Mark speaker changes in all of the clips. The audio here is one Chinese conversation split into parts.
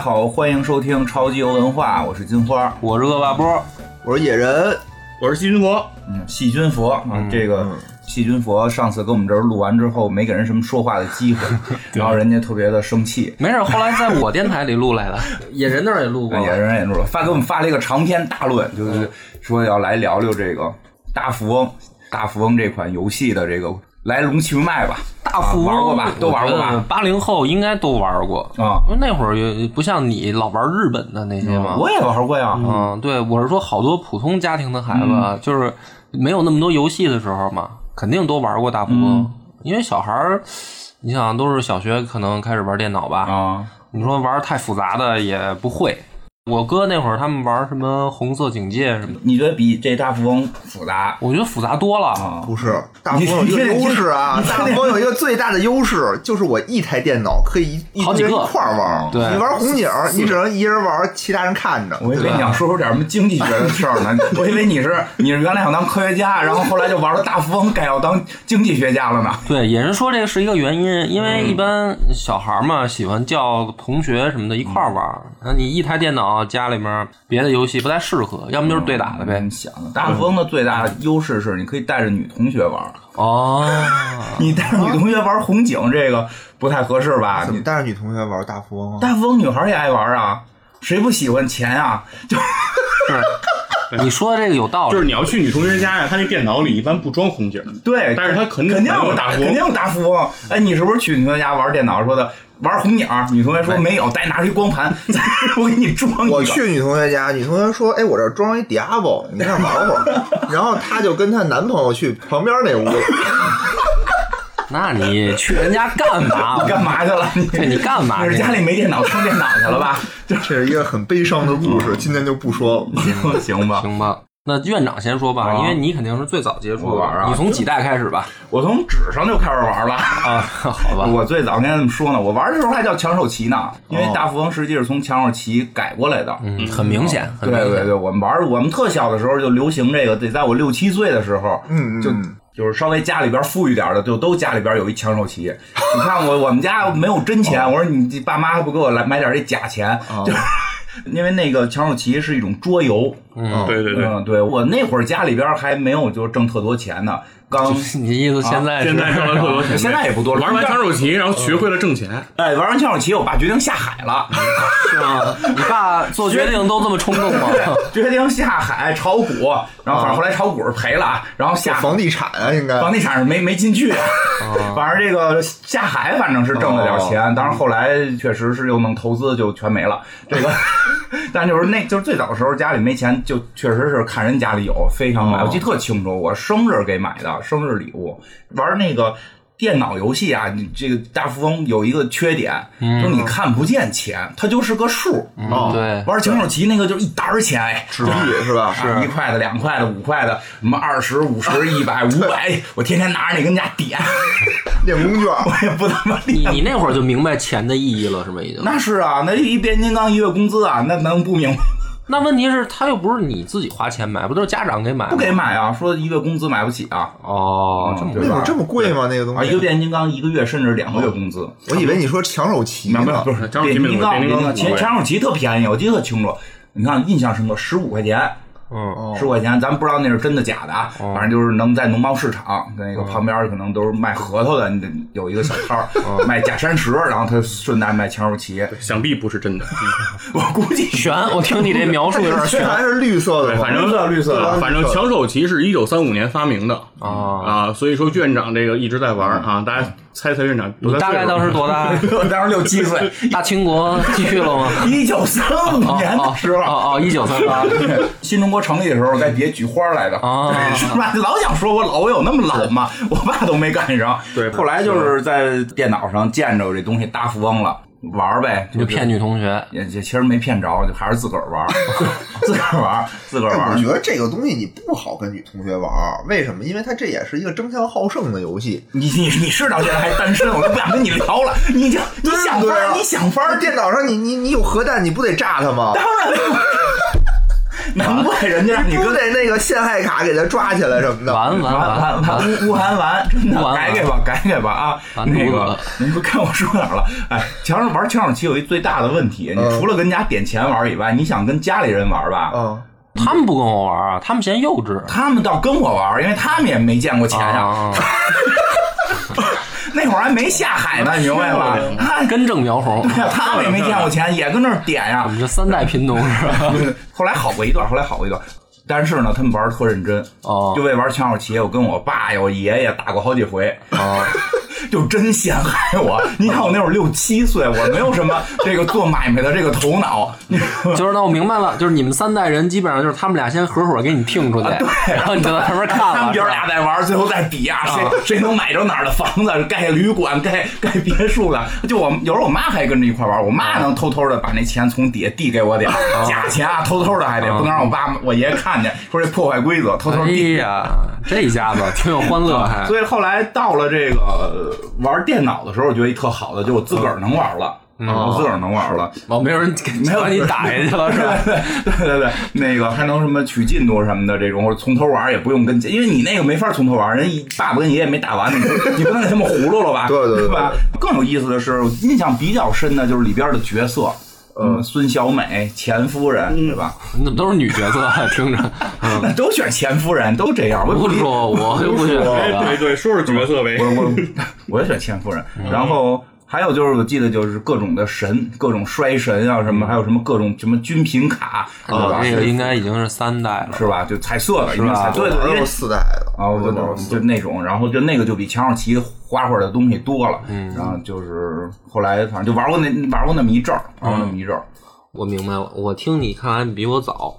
Speaker 1: 好，欢迎收听超级游文化，我是金花，
Speaker 2: 我是恶霸波，
Speaker 3: 我是野人，
Speaker 4: 我是细菌佛。
Speaker 1: 嗯，细菌佛啊，这个细菌佛上次跟我们这儿录完之后，没给人什么说话的机 会，然后人家特别的生气。
Speaker 2: 没事儿，后来在我电台里录来的，
Speaker 4: 野人那 儿也录过
Speaker 1: 也，人也录了，发给我们发了一个长篇大论，就是说要来聊聊这个《大富翁》《大富翁》这款游戏的这个来龙去脉吧。
Speaker 2: 大富
Speaker 1: 啊玩过
Speaker 2: 翁
Speaker 1: 吧都玩过吧？
Speaker 2: 八零后应该都玩过
Speaker 1: 啊，
Speaker 2: 因为那会儿也不像你老玩日本的那些嘛。
Speaker 1: 我也玩过呀，
Speaker 2: 嗯，对，我是说好多普通家庭的孩子，啊
Speaker 1: 嗯
Speaker 2: 就是没有那么多游戏的时候嘛，肯定都玩过大富翁，
Speaker 1: 嗯
Speaker 2: 因为小孩儿，你想都是小学可能开始玩电脑吧，
Speaker 1: 啊，
Speaker 2: 你说玩太复杂的也不会。我哥那会儿他们玩什么红色警戒什么的，
Speaker 1: 你觉得比这《大富翁》复杂
Speaker 2: 我觉得复杂多了。
Speaker 1: 啊？
Speaker 3: 不是大富翁有一个优势啊，大富翁有一个最大的优势就是我一台电脑可以一
Speaker 2: 好
Speaker 3: 一
Speaker 2: 几
Speaker 3: 人
Speaker 2: 个
Speaker 3: 一块儿玩。
Speaker 2: 对
Speaker 3: 你玩红警，你只能一人玩，其他人看着。
Speaker 1: 我以
Speaker 3: 对
Speaker 1: 为你
Speaker 3: 吧
Speaker 1: 想说出点什么经济学的事儿呢，我以为你是你是原来想当科学家，然后后来就玩了大富翁，改要当经济学家了呢。
Speaker 2: 对，也是说这个是一个原因，因为一般小孩儿嘛，喜欢叫同学什么的一块儿玩儿。那、你一台电脑家里面别的游戏不太适合，要么就是对打的呗。
Speaker 1: 你想，大富翁的最大优势是你可以带着女同学玩，
Speaker 2: 哦，，
Speaker 1: 你带着女同学玩红警这个不太合适吧？
Speaker 3: 怎
Speaker 1: 你
Speaker 3: 么带着女同学玩大富翁啊？
Speaker 1: 大富翁女孩也爱玩啊，谁不喜欢钱啊？就是
Speaker 2: 你说的这个有道理。
Speaker 4: 就是你要去女同学家呀，她那电脑里一般不装红警，
Speaker 1: 对，
Speaker 4: 但是他肯定
Speaker 1: 肯定
Speaker 4: 有大富翁
Speaker 1: 肯定有大富翁。哎，你是不是去女同学家玩电脑说的玩红警？女同学说没有，再拿出一光盘， 再我给你装一个。
Speaker 3: 我去女同学家，女同学说：“哎，我这儿装一 Diablo，你看玩会 儿。”然后她就跟她男朋友去旁边那屋，
Speaker 2: 那你去人家干嘛？
Speaker 1: 你 干嘛去了？你
Speaker 2: 对你干 嘛去
Speaker 1: 你是家里没电脑充电脑去了 吧？就
Speaker 3: 这是一个很悲伤的故事，今天就不说了。
Speaker 1: 行 行吧。
Speaker 2: 行吧，那院长先说吧，
Speaker 1: 啊
Speaker 2: 因为你肯定是最早接触
Speaker 1: 我
Speaker 2: 的，
Speaker 1: 玩儿啊
Speaker 2: 你从几代开始吧？
Speaker 1: 我从纸上就开始玩了。
Speaker 2: 啊，好吧，
Speaker 1: 我最早应该这么说呢，我玩的时候还叫抢手棋呢，因为大富翁实际是从抢手棋改过来的。
Speaker 2: 哦嗯，很明显，很
Speaker 1: 对
Speaker 2: 明显
Speaker 1: 对对，我们玩儿，我们特小的时候就流行这个，得在我六七岁的时候，
Speaker 3: 嗯嗯
Speaker 1: 就
Speaker 3: 嗯
Speaker 1: 就是稍微家里边富裕点儿的，就都家里边有一抢手棋。 你看我我们家没有真
Speaker 2: 哦
Speaker 1: 钱，我说你这爸妈不给我来买点这假钱，就是 因为那个抢手棋是一种桌游。
Speaker 3: 嗯
Speaker 4: 哦对对对，
Speaker 1: 嗯，对我那会儿家里边还没有就挣特多钱呢，刚
Speaker 2: 你意思现在是、
Speaker 4: 现在挣嗯了 特 多钱，
Speaker 1: 现在也不多了
Speaker 4: 玩完抢手棋，然后学会了挣钱，
Speaker 1: 哎玩完抢手棋，我爸决定下海了。
Speaker 2: 是吗？啊你爸做决定都这么冲动吗？
Speaker 1: 决定下海炒股，然后反正后来炒股是赔了，啊，然后下
Speaker 3: 房地产啊，应该
Speaker 1: 房地产是没没进去，啊 反正这个下海反正是挣了点钱，当然后来确实是又弄投资就全没了，这个。 但就是那，就是最早的时候家里没钱，就确实是看人家里有，非常买。我记得特清楚，我生日给买的生日礼物，玩那个电脑游戏啊。你这个大富翁有一个缺点，就是你看不见钱，它就是个数。
Speaker 3: 哦
Speaker 2: 哎嗯对，
Speaker 1: 玩抢手棋那个就是一沓儿钱，哎，
Speaker 3: 纸币是吧？
Speaker 1: 啊一块的、两块的、五块的，什么二十五十、一百、五百，我天天拿着那跟人家点，
Speaker 3: 练功券。
Speaker 1: 我也不他妈
Speaker 2: 你
Speaker 1: 练。
Speaker 2: 你那会儿就明白钱的意义了，是吗？已经。
Speaker 1: 那是啊，那一变形金刚一月工资啊，那能不明白？
Speaker 2: 那问题是，他又不是你自己花钱买，不都是家长给买吗？
Speaker 1: 不给买啊，说一月工资买不起啊
Speaker 2: 哦，这么
Speaker 1: 对
Speaker 3: 那会
Speaker 1: 吧
Speaker 3: 儿这么贵吗？那个东
Speaker 1: 啊！一个
Speaker 3: 西？
Speaker 1: 变形金刚一个月甚至两个月工资，
Speaker 3: 我以为你说抢手棋
Speaker 1: 明白
Speaker 3: 呢
Speaker 1: 吗？。不是
Speaker 4: 张
Speaker 1: 变
Speaker 4: 启
Speaker 1: 形
Speaker 4: 明
Speaker 1: 金刚，
Speaker 4: 变
Speaker 1: 变
Speaker 4: 形
Speaker 1: 形
Speaker 4: 金刚
Speaker 1: 金刚，
Speaker 4: 五
Speaker 1: 抢手棋特便宜，我记得特清楚。你看，印象深刻，十五块钱，
Speaker 2: 嗯，
Speaker 3: 哦
Speaker 1: 十五块钱，咱不知道那是真的假的啊，
Speaker 2: 哦
Speaker 1: 反正就是能在农贸市场那个旁边可能都是卖核桃的，你得有一个小摊儿 卖假山石，然后他顺带卖抢手棋，
Speaker 4: 想必不是真的。
Speaker 1: 我估计
Speaker 2: 悬，我听你这描述有点
Speaker 3: 这
Speaker 2: 悬
Speaker 3: 还是绿色的
Speaker 4: 对
Speaker 3: 吗？
Speaker 4: 反正
Speaker 1: 绿色绿色
Speaker 4: 对反正抢手棋是一九三五年发明的
Speaker 2: 啊！
Speaker 4: 啊，所以说院长这个一直在玩啊，大家猜猜院长多啊
Speaker 2: 你大
Speaker 4: 大岁
Speaker 2: 概
Speaker 4: 数
Speaker 2: 当时多 大？
Speaker 1: 我当时六七岁，
Speaker 2: 大清国继续了吗？
Speaker 1: 一九三五
Speaker 2: 哦
Speaker 1: 年的
Speaker 2: 哦
Speaker 1: 时候，
Speaker 2: 哦哦，一九三八，
Speaker 1: 啊 新中国成立的时候该别菊花来的
Speaker 2: 哦
Speaker 1: 对是吧？老想说我老，我有那么老吗？我爸都没赶上。
Speaker 4: 对
Speaker 1: 后来就是在电脑上见着这东西大富翁了，玩儿呗，
Speaker 2: 你就骗女同学。
Speaker 1: 也也其实没骗着，就还是自个儿玩儿，自个儿玩儿，自个儿玩
Speaker 3: 哎但
Speaker 1: 儿
Speaker 3: 我觉。得这个东西你不好跟女同学玩儿，为什么？因为它这也是一个争强好胜的游戏。
Speaker 1: 你你你是到现在还单身，我都不想跟你聊了。你就你想法
Speaker 3: 对
Speaker 1: 儿，
Speaker 3: 啊
Speaker 1: 你想法儿，
Speaker 3: 电脑上你你你有核弹，你不得炸它吗？
Speaker 1: 当然了。 难怪人家让你
Speaker 3: 不
Speaker 1: 跟
Speaker 3: 得那个陷害卡给他抓起来什么的。
Speaker 2: 完完
Speaker 1: 啊完
Speaker 2: 完
Speaker 1: 完完乌乌韩完，真
Speaker 2: 乌
Speaker 1: 的
Speaker 2: 韩完
Speaker 1: 改给吧，改给吧啊！
Speaker 2: 完犊子
Speaker 1: 那个
Speaker 2: 了，
Speaker 1: 您不看我说哪儿了？哎，墙上玩墙上棋有一最大的问题，你
Speaker 3: 嗯
Speaker 1: 除了跟家点钱玩以外，你想跟家里人玩吧？
Speaker 3: 嗯，
Speaker 2: 他们不跟我玩啊，他们嫌幼 稚。
Speaker 1: 他们倒跟我玩，因为他们也没见过钱呀，
Speaker 2: 啊，
Speaker 1: 那会儿还没下海呢，你明白吧？他
Speaker 2: 根正苗 红，
Speaker 1: 他们也没见过钱，也跟那儿点呀
Speaker 2: 我。们这三代贫农是吧？
Speaker 1: 后来好过一段，后来好过一段。但是呢，他们玩儿特认真，
Speaker 2: 哦
Speaker 1: 就为玩枪手棋，我跟我爸、我爷爷打过好几回，
Speaker 2: 啊，
Speaker 1: 就真陷害我。你看我那会儿六七岁，我没有什 么这个做买卖的这个头脑，你
Speaker 2: 就是那我明白了，就是你们三代人基本上就是他们俩先合伙给你听出去，然后你就在旁边看
Speaker 1: 他
Speaker 2: 了
Speaker 1: 们
Speaker 2: 是
Speaker 1: 爷
Speaker 2: 吧，
Speaker 1: 俩在玩儿，最后再比啊，谁谁能买着哪儿的房子，盖旅馆、盖盖别墅的。就我有时候我妈还跟着一块儿玩儿，我妈能偷偷的把那钱从底下递给我点儿，
Speaker 2: 哦
Speaker 1: 假钱啊，偷偷的还得不能让我爸我爷爷看见，说这破坏规则，偷偷
Speaker 2: 哎
Speaker 1: 递。
Speaker 2: 呀，这一家子挺有欢 乐，还
Speaker 1: 所以后来到了这个呃玩电脑的时候，我觉得一特好的，就我自个儿能玩了，
Speaker 2: 嗯
Speaker 1: 我自个儿能玩了。
Speaker 2: 哦，没有人
Speaker 1: 没有
Speaker 2: 把你打下去 哦了是 吧？
Speaker 1: 对对对对，那个还能什么取进度什么的这种，或者从头玩也不用跟，因为你那个没法从头玩，人一爸爸跟爷爷没打完，你不你不能给他们葫芦了吧？
Speaker 3: 对对对
Speaker 1: 是吧？更有意思的是，我印象比较深的就是里边的角色，嗯，孙小美、钱夫人，
Speaker 3: 嗯
Speaker 1: 对吧？
Speaker 2: 你怎么都是女角色 啊？听着，嗯，
Speaker 1: 那都选钱夫人，都这样，我也
Speaker 2: 不
Speaker 1: 理解
Speaker 2: 说，我就不选这
Speaker 4: 哎，对
Speaker 2: 个。
Speaker 4: 对，说说角色呗。
Speaker 1: 我我我也选千夫人，
Speaker 2: 嗯
Speaker 1: 然后。还有就是，我记得就是各种的神，各种衰神啊，什么，还有什么各种什么军品卡，对吧？
Speaker 2: 哦这嗯啊个应该已经是三代了，
Speaker 1: 是吧？就彩色的，是
Speaker 2: 吧
Speaker 1: 彩色的，因
Speaker 3: 都
Speaker 1: 为
Speaker 3: 是四代的
Speaker 1: 啊，我懂，就那种，然后就那个就比墙上棋花花的东西多了，嗯，然后就是后来反正就玩过那玩过那么一阵儿，玩
Speaker 2: 嗯
Speaker 1: 过那么一阵儿，
Speaker 2: 我明白了，我听你看来你比我早，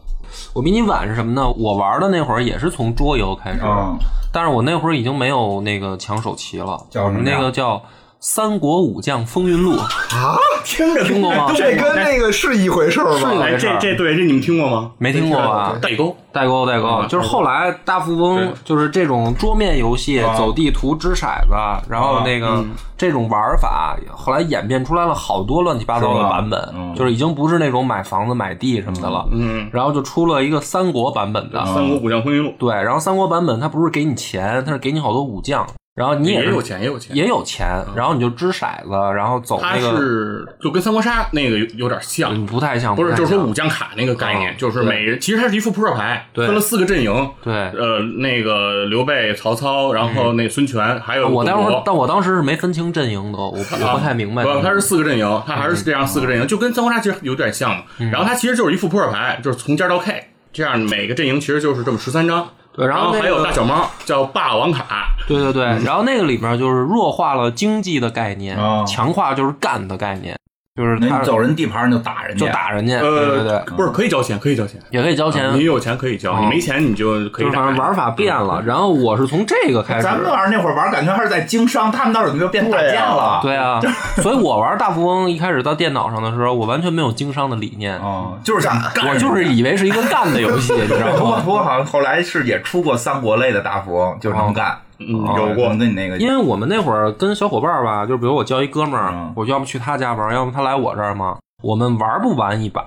Speaker 2: 我比你晚是什么呢？我玩的那会儿也是从桌游开始，
Speaker 1: 嗯
Speaker 2: 但是我那会儿已经没有那个抢手棋了，
Speaker 1: 叫什么呀
Speaker 2: 那个叫《三国武将风云录》，
Speaker 3: 啊，
Speaker 4: 听着
Speaker 2: 听过吗
Speaker 3: 这跟那个是一回事儿吗？
Speaker 4: 哎，这这对这你们听过吗？
Speaker 2: 没听过吧？
Speaker 4: 代沟，
Speaker 2: 代沟，代沟，
Speaker 4: 嗯
Speaker 2: 就是后来大富翁
Speaker 4: 对
Speaker 2: 就是这种桌面游戏，
Speaker 1: 啊
Speaker 2: 走地图、掷骰
Speaker 4: 啊
Speaker 2: 子，然后那个
Speaker 4: 嗯
Speaker 2: 这种玩法，后来演变出来了好多乱七八糟
Speaker 1: 是
Speaker 2: 的
Speaker 1: 吧
Speaker 2: 版
Speaker 1: 嗯
Speaker 2: 本，就是已经不是那种买房子、买地什么的了，嗯，然后就出了一个三国版本的，
Speaker 4: 三国武将风云录
Speaker 2: 对，然后三国版本它不是给你钱，它是给你好多武将，然后你
Speaker 4: 也
Speaker 2: 是
Speaker 4: 有钱，也有钱。嗯
Speaker 2: 也有钱，然后你就掷骰子，然后走
Speaker 4: 它
Speaker 2: 那个，
Speaker 4: 是就跟三国杀那个有有点像，
Speaker 2: 嗯，不太像，
Speaker 4: 不是，
Speaker 2: 太
Speaker 4: 就是说
Speaker 2: 像
Speaker 4: 武将卡那个概念，
Speaker 2: 啊
Speaker 4: 就是每人其实它是一副扑克牌，
Speaker 2: 对
Speaker 4: 分了四个阵营。
Speaker 2: 对嗯
Speaker 4: 呃，那个刘备、曹操，然后那孙权，还有
Speaker 2: 啊我
Speaker 4: 董
Speaker 2: 当时
Speaker 4: 卓，
Speaker 2: 但我当时是没分清阵营的，我我不太明白。
Speaker 4: 不，它是四个阵营，它还
Speaker 2: 嗯
Speaker 4: 是这样四个阵营，就跟三国杀其实有点像嘛。然后它其实就是一副扑克牌，就是从尖到 K，这样每个阵营其实就是这么十三张。
Speaker 2: 对然
Speaker 4: 然
Speaker 2: 后那
Speaker 4: 还有
Speaker 2: 个
Speaker 4: 大小猫叫霸王卡，
Speaker 2: 对对对，然后那个里面就是弱化了经济的概念，
Speaker 1: 嗯啊
Speaker 2: 强化就是干的概念，就是
Speaker 1: 那
Speaker 2: 他
Speaker 1: 你走人地盘你就打人家，
Speaker 2: 就打人家，对对
Speaker 4: 呃
Speaker 2: 对，，
Speaker 4: 不是可以交钱，可以交钱，
Speaker 2: 也可以交钱，
Speaker 1: 啊
Speaker 4: 你有钱可以交，你没钱你就可
Speaker 2: 就是反
Speaker 4: 以打。
Speaker 2: 正玩法变了。然后我是从这个开始，
Speaker 1: 嗯咱们玩那会儿玩，感觉还是在经商，他们那会儿怎么就变打架了？
Speaker 2: 对啊，所以我玩大富翁一开始到电脑上的时候，我完全没有经商的理念，
Speaker 1: 哦，就是想干，
Speaker 2: 我啊就是以为是一个干的 游戏，你知道
Speaker 1: 不过
Speaker 2: 吗？
Speaker 1: 不过好像后来是也出过三国类的大富翁，就是能干，有过跟你那个
Speaker 2: 哦嗯因为我们那会儿跟小伙伴儿吧，就比如我叫一哥们儿
Speaker 1: 嗯，
Speaker 2: 我要不去他家玩儿，要么他来我这儿嘛，我们玩不完一把，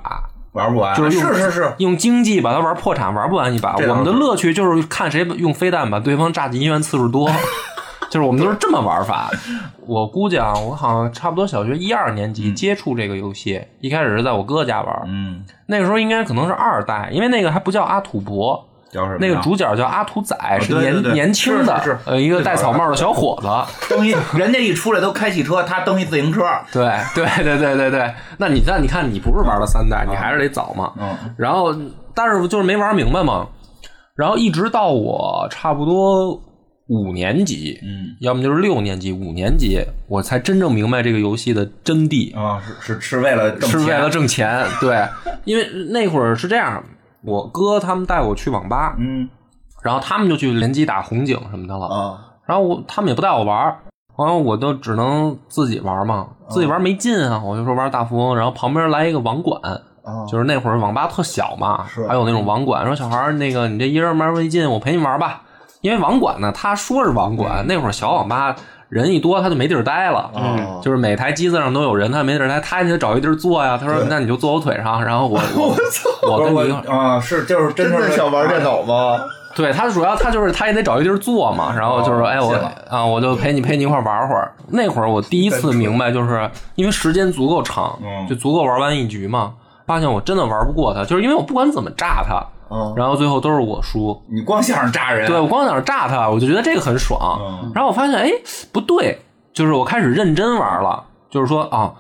Speaker 1: 玩不完，啊
Speaker 2: 就是用
Speaker 1: 是是是，
Speaker 2: 用经济把它玩破产，玩不完一把。
Speaker 1: 倒是
Speaker 2: 我们的乐趣就是看谁用飞弹把对方炸进医院次数 多，就是我们都是这么玩法。我估计啊，我好像差不多小学一二年级接触这个游戏，一开始是在我哥家玩，
Speaker 1: 嗯，
Speaker 2: 那个时候应该可能是二代，因为那个还不叫阿土伯。
Speaker 1: 叫什么呀？
Speaker 2: 那个主角叫阿土仔，是
Speaker 1: 哦对
Speaker 2: 年
Speaker 1: 对对
Speaker 2: 年轻的，
Speaker 1: 是是是
Speaker 2: 呃，一个戴草帽的小伙子，
Speaker 1: 蹬一，人家一出来都开汽车，他蹬一自行车，
Speaker 2: 对对对对对对，那你但你看你不是玩了三代，你还是得早嘛。
Speaker 1: 嗯，
Speaker 2: 然后但是就是没玩明白嘛，然后一直到我差不多五年级，
Speaker 1: 嗯，
Speaker 2: 要么就是六年级、五年级，我才真正明白这个游戏的真谛，
Speaker 1: 啊，是是是为了挣
Speaker 2: 是
Speaker 1: 钱，
Speaker 2: 为了挣钱。对，因为那会儿是这样，我哥他们带我去网吧，
Speaker 1: 嗯
Speaker 2: 然后他们就去联机打红警什么的了，
Speaker 3: 啊，
Speaker 2: 然后我他们也不带我玩儿，然后我就只能自己玩嘛，自己玩没劲啊，我就说玩大富翁，然后旁边来一个网管，
Speaker 3: 哦
Speaker 2: 就是那会儿网吧特小嘛
Speaker 3: 是，
Speaker 2: 还有那种网管说小孩儿那个你这一人玩儿没劲，我陪你玩儿吧。因为网管呢，他说是网管，那会儿小网吧人一多他就没地儿待了，
Speaker 3: 哦
Speaker 2: 就是每台机子上都有人，他没地儿待，他也得找一地儿坐呀。他说：“那你就坐我腿上，然后我我我跟
Speaker 1: 我
Speaker 2: 你一块儿
Speaker 1: 啊，是就是
Speaker 3: 真
Speaker 1: 是
Speaker 3: 的想玩
Speaker 1: 啊
Speaker 3: 电脑吗？
Speaker 2: 对他主要他就是他也得找一地儿坐嘛，然后就是
Speaker 1: 哦
Speaker 2: 哎我
Speaker 1: 信了
Speaker 2: 啊我就陪你陪你一块儿玩会儿。那会儿我第一次明白，就是因为时间足够长
Speaker 1: 嗯，
Speaker 2: 就足够玩完一局嘛。发现我真的玩不过他，就是因为我不管怎么炸他，
Speaker 3: 嗯
Speaker 2: 然后最后都是我输。
Speaker 1: 你光想着炸人，
Speaker 2: 对我光想着炸他，我就觉得这个很爽。
Speaker 1: 嗯
Speaker 2: 然后我发现哎不对，就是我开始认真玩了，就是说啊，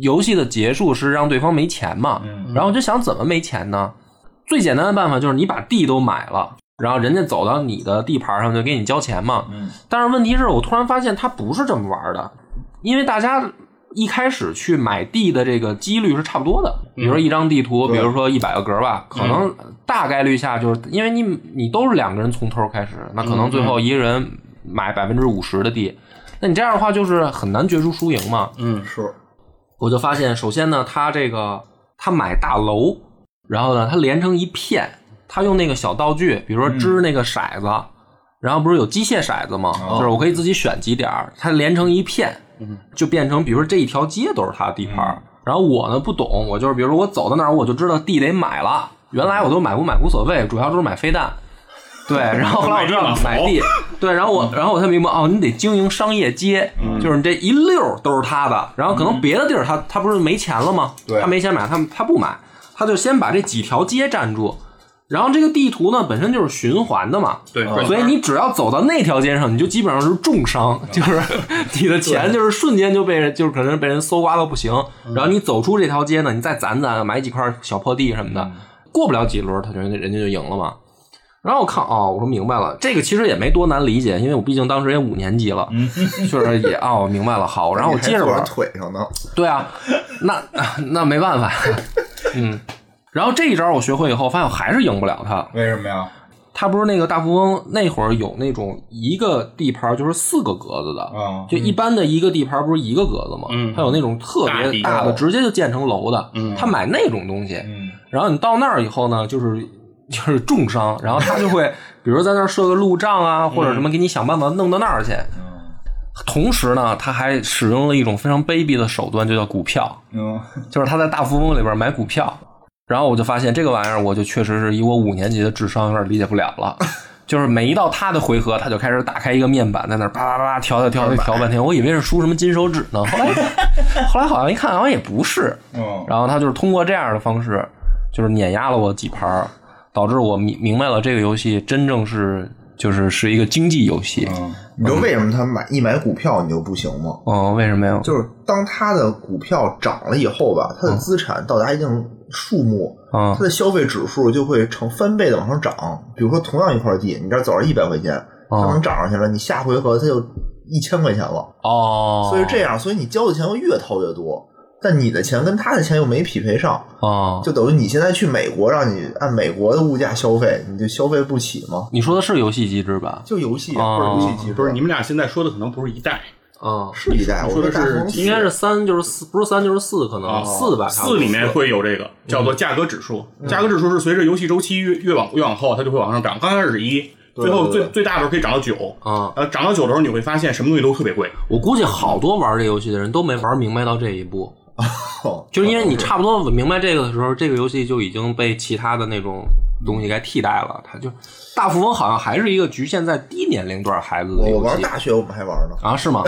Speaker 2: 游戏的结束是让对方没钱嘛，
Speaker 1: 嗯
Speaker 2: 然后我就想怎么没钱呢？最简单的办法就是你把地都买了，然后人家走到你的地盘上就给你交钱嘛。
Speaker 1: 嗯
Speaker 2: 但是问题是我突然发现他不是这么玩的，因为大家一开始去买地的这个几率是差不多的，比如说一张地图，比如说一百个格吧，可能大概率下就是因为你你都是两个人从头开始，那可能最后一个人买百分之五十的地，那你这样的话就是很难决出输赢嘛。
Speaker 4: 嗯，
Speaker 3: 是，
Speaker 2: 我就发现，首先呢，他这个他买大楼，然后呢，他连成一片，他用那个小道具，比如说织那个骰子，然后不是有机械骰子吗？就是我可以自己选几点儿，它连成一片，就变成比如说这一条街都是他的地盘儿。然后我呢不懂，我就是比如说我走到哪儿，我就知道地得买了。原来我都买不买无所谓，主要都是买飞弹。对，然后后来我知道买
Speaker 4: 买地
Speaker 2: 地，对，然后我，然后我才明白哦，你得经营商业街，就是你这一溜儿都是他的，然后可能别的地儿他他不是没钱了吗？
Speaker 1: 对
Speaker 2: 他没钱买，他他不买，他就先把这几条街占住，然后这个地图呢本身就是循环的嘛，
Speaker 4: 对，转
Speaker 2: 所以你只要走到那条街上，你就基本上是重
Speaker 3: 嗯
Speaker 2: 伤，就是 你的钱就是瞬间就被人，就是可能被人搜刮到不行。
Speaker 3: 嗯
Speaker 2: 然后你走出这条街呢，你再攒攒，买几块小破地什么
Speaker 3: 嗯
Speaker 2: 的，过不了几轮，他觉得人家就赢了嘛。然后我看哦，我说明白了，这个其实也没多难理解，因为我毕竟当时也五年级了， 就是也哦明白了，好，然后我接着
Speaker 3: 嗯你还
Speaker 2: 玩
Speaker 3: 坐，腿上呢，
Speaker 2: 对啊，那那没办法，嗯。然后这一招我学会以后，发现我还是赢不了他，
Speaker 1: 为什么呀？
Speaker 2: 他不是那个大富翁那会儿有那种一个地盘就是四个格子的，
Speaker 1: 嗯
Speaker 2: 就一般的一个地盘不是一个格子吗？
Speaker 4: 啊嗯
Speaker 2: 他有那种特
Speaker 4: 大
Speaker 2: 别
Speaker 4: 地
Speaker 2: 大的，
Speaker 3: 哦
Speaker 2: 直接就建成楼的。
Speaker 4: 嗯
Speaker 2: 他买那种东西，
Speaker 1: 嗯，
Speaker 2: 然后你到那儿以后呢，就是 就是重伤，然后他就会比如在那儿设个路障啊，或者什么，
Speaker 4: 嗯
Speaker 2: 给你想办法弄到那儿去。同时呢，他还使用了一种非常卑鄙的手段，就叫股票。
Speaker 1: 嗯，
Speaker 2: 就是他在大富翁里边买股票，然后我就发现这个玩意儿，我就确实是以我五年级的智商有点理解不了 了。就是每一到他的回合，他就开始打开一个面板，在那儿叭叭叭调调调调半天，我以为是输什么金手指呢，后来后来好像一看，好像也不是。
Speaker 1: 嗯，
Speaker 2: 然后他就是通过这样的方式，就是碾压了我几盘儿，导致我明明白了这个游戏真正是就是是一个经济游戏。
Speaker 1: 嗯，
Speaker 3: 你知道为什么他买一买股票你就不行吗？
Speaker 2: 嗯，为什么呀？
Speaker 3: 就是当他的股票涨了以后吧，他的资产到达一定数目，
Speaker 2: 嗯
Speaker 3: 他的消费指数就会成翻倍的往上涨。比如说，同样一块地，你这儿走了一百块钱，它
Speaker 2: 哦
Speaker 3: 能涨上去了，你下回合它就一千块钱了。
Speaker 2: 哦，
Speaker 3: 所以这样，所以你交的钱会越掏越多，但你的钱跟他的钱又没匹配上，
Speaker 2: 哦，
Speaker 3: 就等于你现在去美国，让你按美国的物价消费，你就消费不起吗？
Speaker 2: 你说的是游戏机制吧？
Speaker 3: 就游戏
Speaker 2: 哦
Speaker 3: 或者游戏机制，
Speaker 4: 不是你们俩现在说的可能不是一代，
Speaker 2: 嗯，
Speaker 3: 是一代，
Speaker 4: 你
Speaker 3: 我
Speaker 4: 说的
Speaker 3: 觉得大
Speaker 4: 是
Speaker 3: 公司
Speaker 2: 应该是三就是四，不是三就是四，可能啊四吧，差不
Speaker 4: 哦四
Speaker 2: 多
Speaker 4: 里面会有这个叫做价格指数，价格指数是随着游戏周期越越往越往后，它就会往上涨。刚开始是一，最后
Speaker 3: 对对
Speaker 4: 最最大的时候可以涨到九，
Speaker 2: 啊。
Speaker 4: 呃，涨到九的时候你会发现什么东西都特别贵，
Speaker 2: 我估计好多玩这游戏的人都没玩明白到这一步，
Speaker 3: 哦
Speaker 2: 就是因为你差不多明白这个的时候，这个游戏就已经被其他的那种东西给替代了。它就大富翁好像还是一个局限在低年龄段孩子的
Speaker 3: 我我
Speaker 2: 游
Speaker 3: 玩
Speaker 2: 戏
Speaker 3: 大学我们还玩呢，
Speaker 2: 啊？是吗？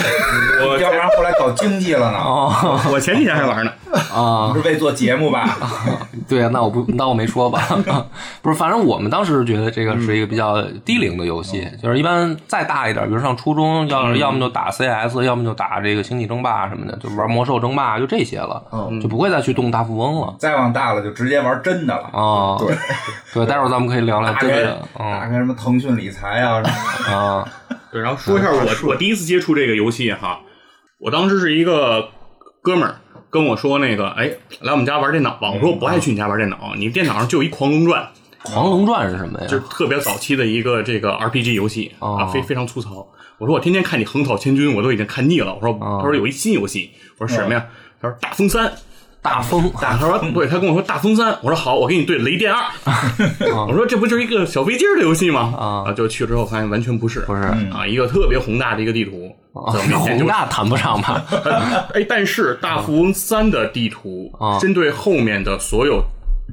Speaker 4: 我
Speaker 1: 要不然后来搞经济了呢？
Speaker 2: 哦
Speaker 4: 我前几天还玩呢，
Speaker 2: 啊
Speaker 1: 不，是为做节目吧？
Speaker 2: 对啊，那我不，那我没说吧？ 不是，反正我们当时觉得这个是一个比较低龄的游
Speaker 4: 嗯
Speaker 2: 戏，就是一般再大一点，比如上初中，要是、要么就打 CS，要么就打这个星际争霸什么的，就玩魔兽争霸，就这些了，
Speaker 4: 嗯
Speaker 2: 就不会再去动大富翁了。
Speaker 1: 再往大了就直接玩真的了，
Speaker 2: 啊，对，对，待会儿咱们可以聊聊
Speaker 1: 打
Speaker 2: 这
Speaker 1: 开
Speaker 2: 个，
Speaker 1: 打
Speaker 2: 嗯
Speaker 1: 开什么腾讯理财啊，什么
Speaker 2: 啊，
Speaker 4: 对，然后说一下啊我我第一次接触这个游戏哈，我当时是一个哥们儿跟我说那个，哎，来我们家玩电脑吧。我说我不爱去你家玩电脑，你电脑上就有一《狂龙传
Speaker 2: 狂龙传是什么》，
Speaker 4: 就是
Speaker 2: 呀？
Speaker 4: 特别早期的一个这个 RPG 游戏
Speaker 2: 哦
Speaker 4: 啊，非非常粗糙。我说我天天看你横扫千军，我都已经看腻了。我说
Speaker 2: 哦
Speaker 4: 他说有一新游戏，我说什么呀？他说大风三。
Speaker 2: 大风，
Speaker 4: 他说对，他跟我说大风三，我说好，我给你对雷电二。
Speaker 2: 哦
Speaker 4: 我说这不就是一个小飞机儿的游戏吗？
Speaker 2: 啊
Speaker 4: 就去之后发现完全不是，
Speaker 2: 不是
Speaker 4: 啊，一个特别宏大的一个地图，
Speaker 2: 啊
Speaker 4: 咱们 研究
Speaker 2: 宏大谈不上吧？
Speaker 4: 哎，但是大富翁三的地图、
Speaker 2: 啊
Speaker 4: 针对后面的所有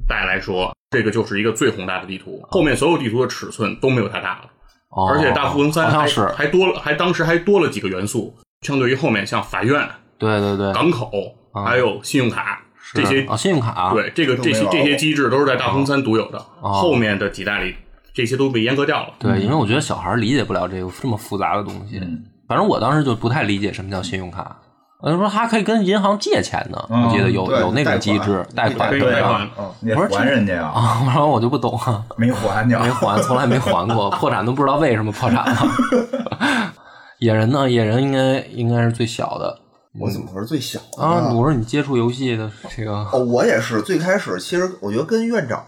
Speaker 4: 代来说，这个就是一个最宏大的地图，后面所有地图的尺寸都没有它大了。
Speaker 2: 哦
Speaker 4: 而且大富翁三
Speaker 2: 好像
Speaker 4: 还
Speaker 2: 是，
Speaker 4: 还多了，还当时还多了几个元素，相对于后面像法院、
Speaker 2: 对对对，
Speaker 4: 港口，
Speaker 2: 啊
Speaker 4: 还有信用卡这些
Speaker 2: 是啊，信用卡，
Speaker 4: 对，这个
Speaker 3: 都
Speaker 4: 这
Speaker 3: 没
Speaker 4: 些
Speaker 3: 玩
Speaker 4: 这
Speaker 3: 过
Speaker 4: 些机制都是在大风三独有的，
Speaker 2: 哦
Speaker 4: 后面的几代里这些都被阉割掉 了。
Speaker 2: 对，因为我觉得小孩儿理解不了这个这么复杂的东西。反正我当时就不太理解什么叫信用卡，呃，说还可以跟银行借钱呢，
Speaker 1: 嗯
Speaker 2: 我记得有
Speaker 3: 对
Speaker 2: 有那种机制，贷
Speaker 3: 贷
Speaker 2: 款
Speaker 3: 款
Speaker 4: 跟
Speaker 1: 对
Speaker 4: 贷
Speaker 1: 啊
Speaker 4: 款，
Speaker 3: 嗯，
Speaker 1: 你得还人家呀，
Speaker 2: 啊，然后我就不懂啊，
Speaker 1: 没还你啊
Speaker 2: 没还，从来没还过，破产都不知道为什么破产了。 野人呢？野人应该应该是最小的
Speaker 3: 我怎么会是最小的
Speaker 2: 嗯啊！
Speaker 3: 呢？
Speaker 2: 我说你接触游戏的这个
Speaker 3: 哦，我也是，最开始其实我觉得跟院长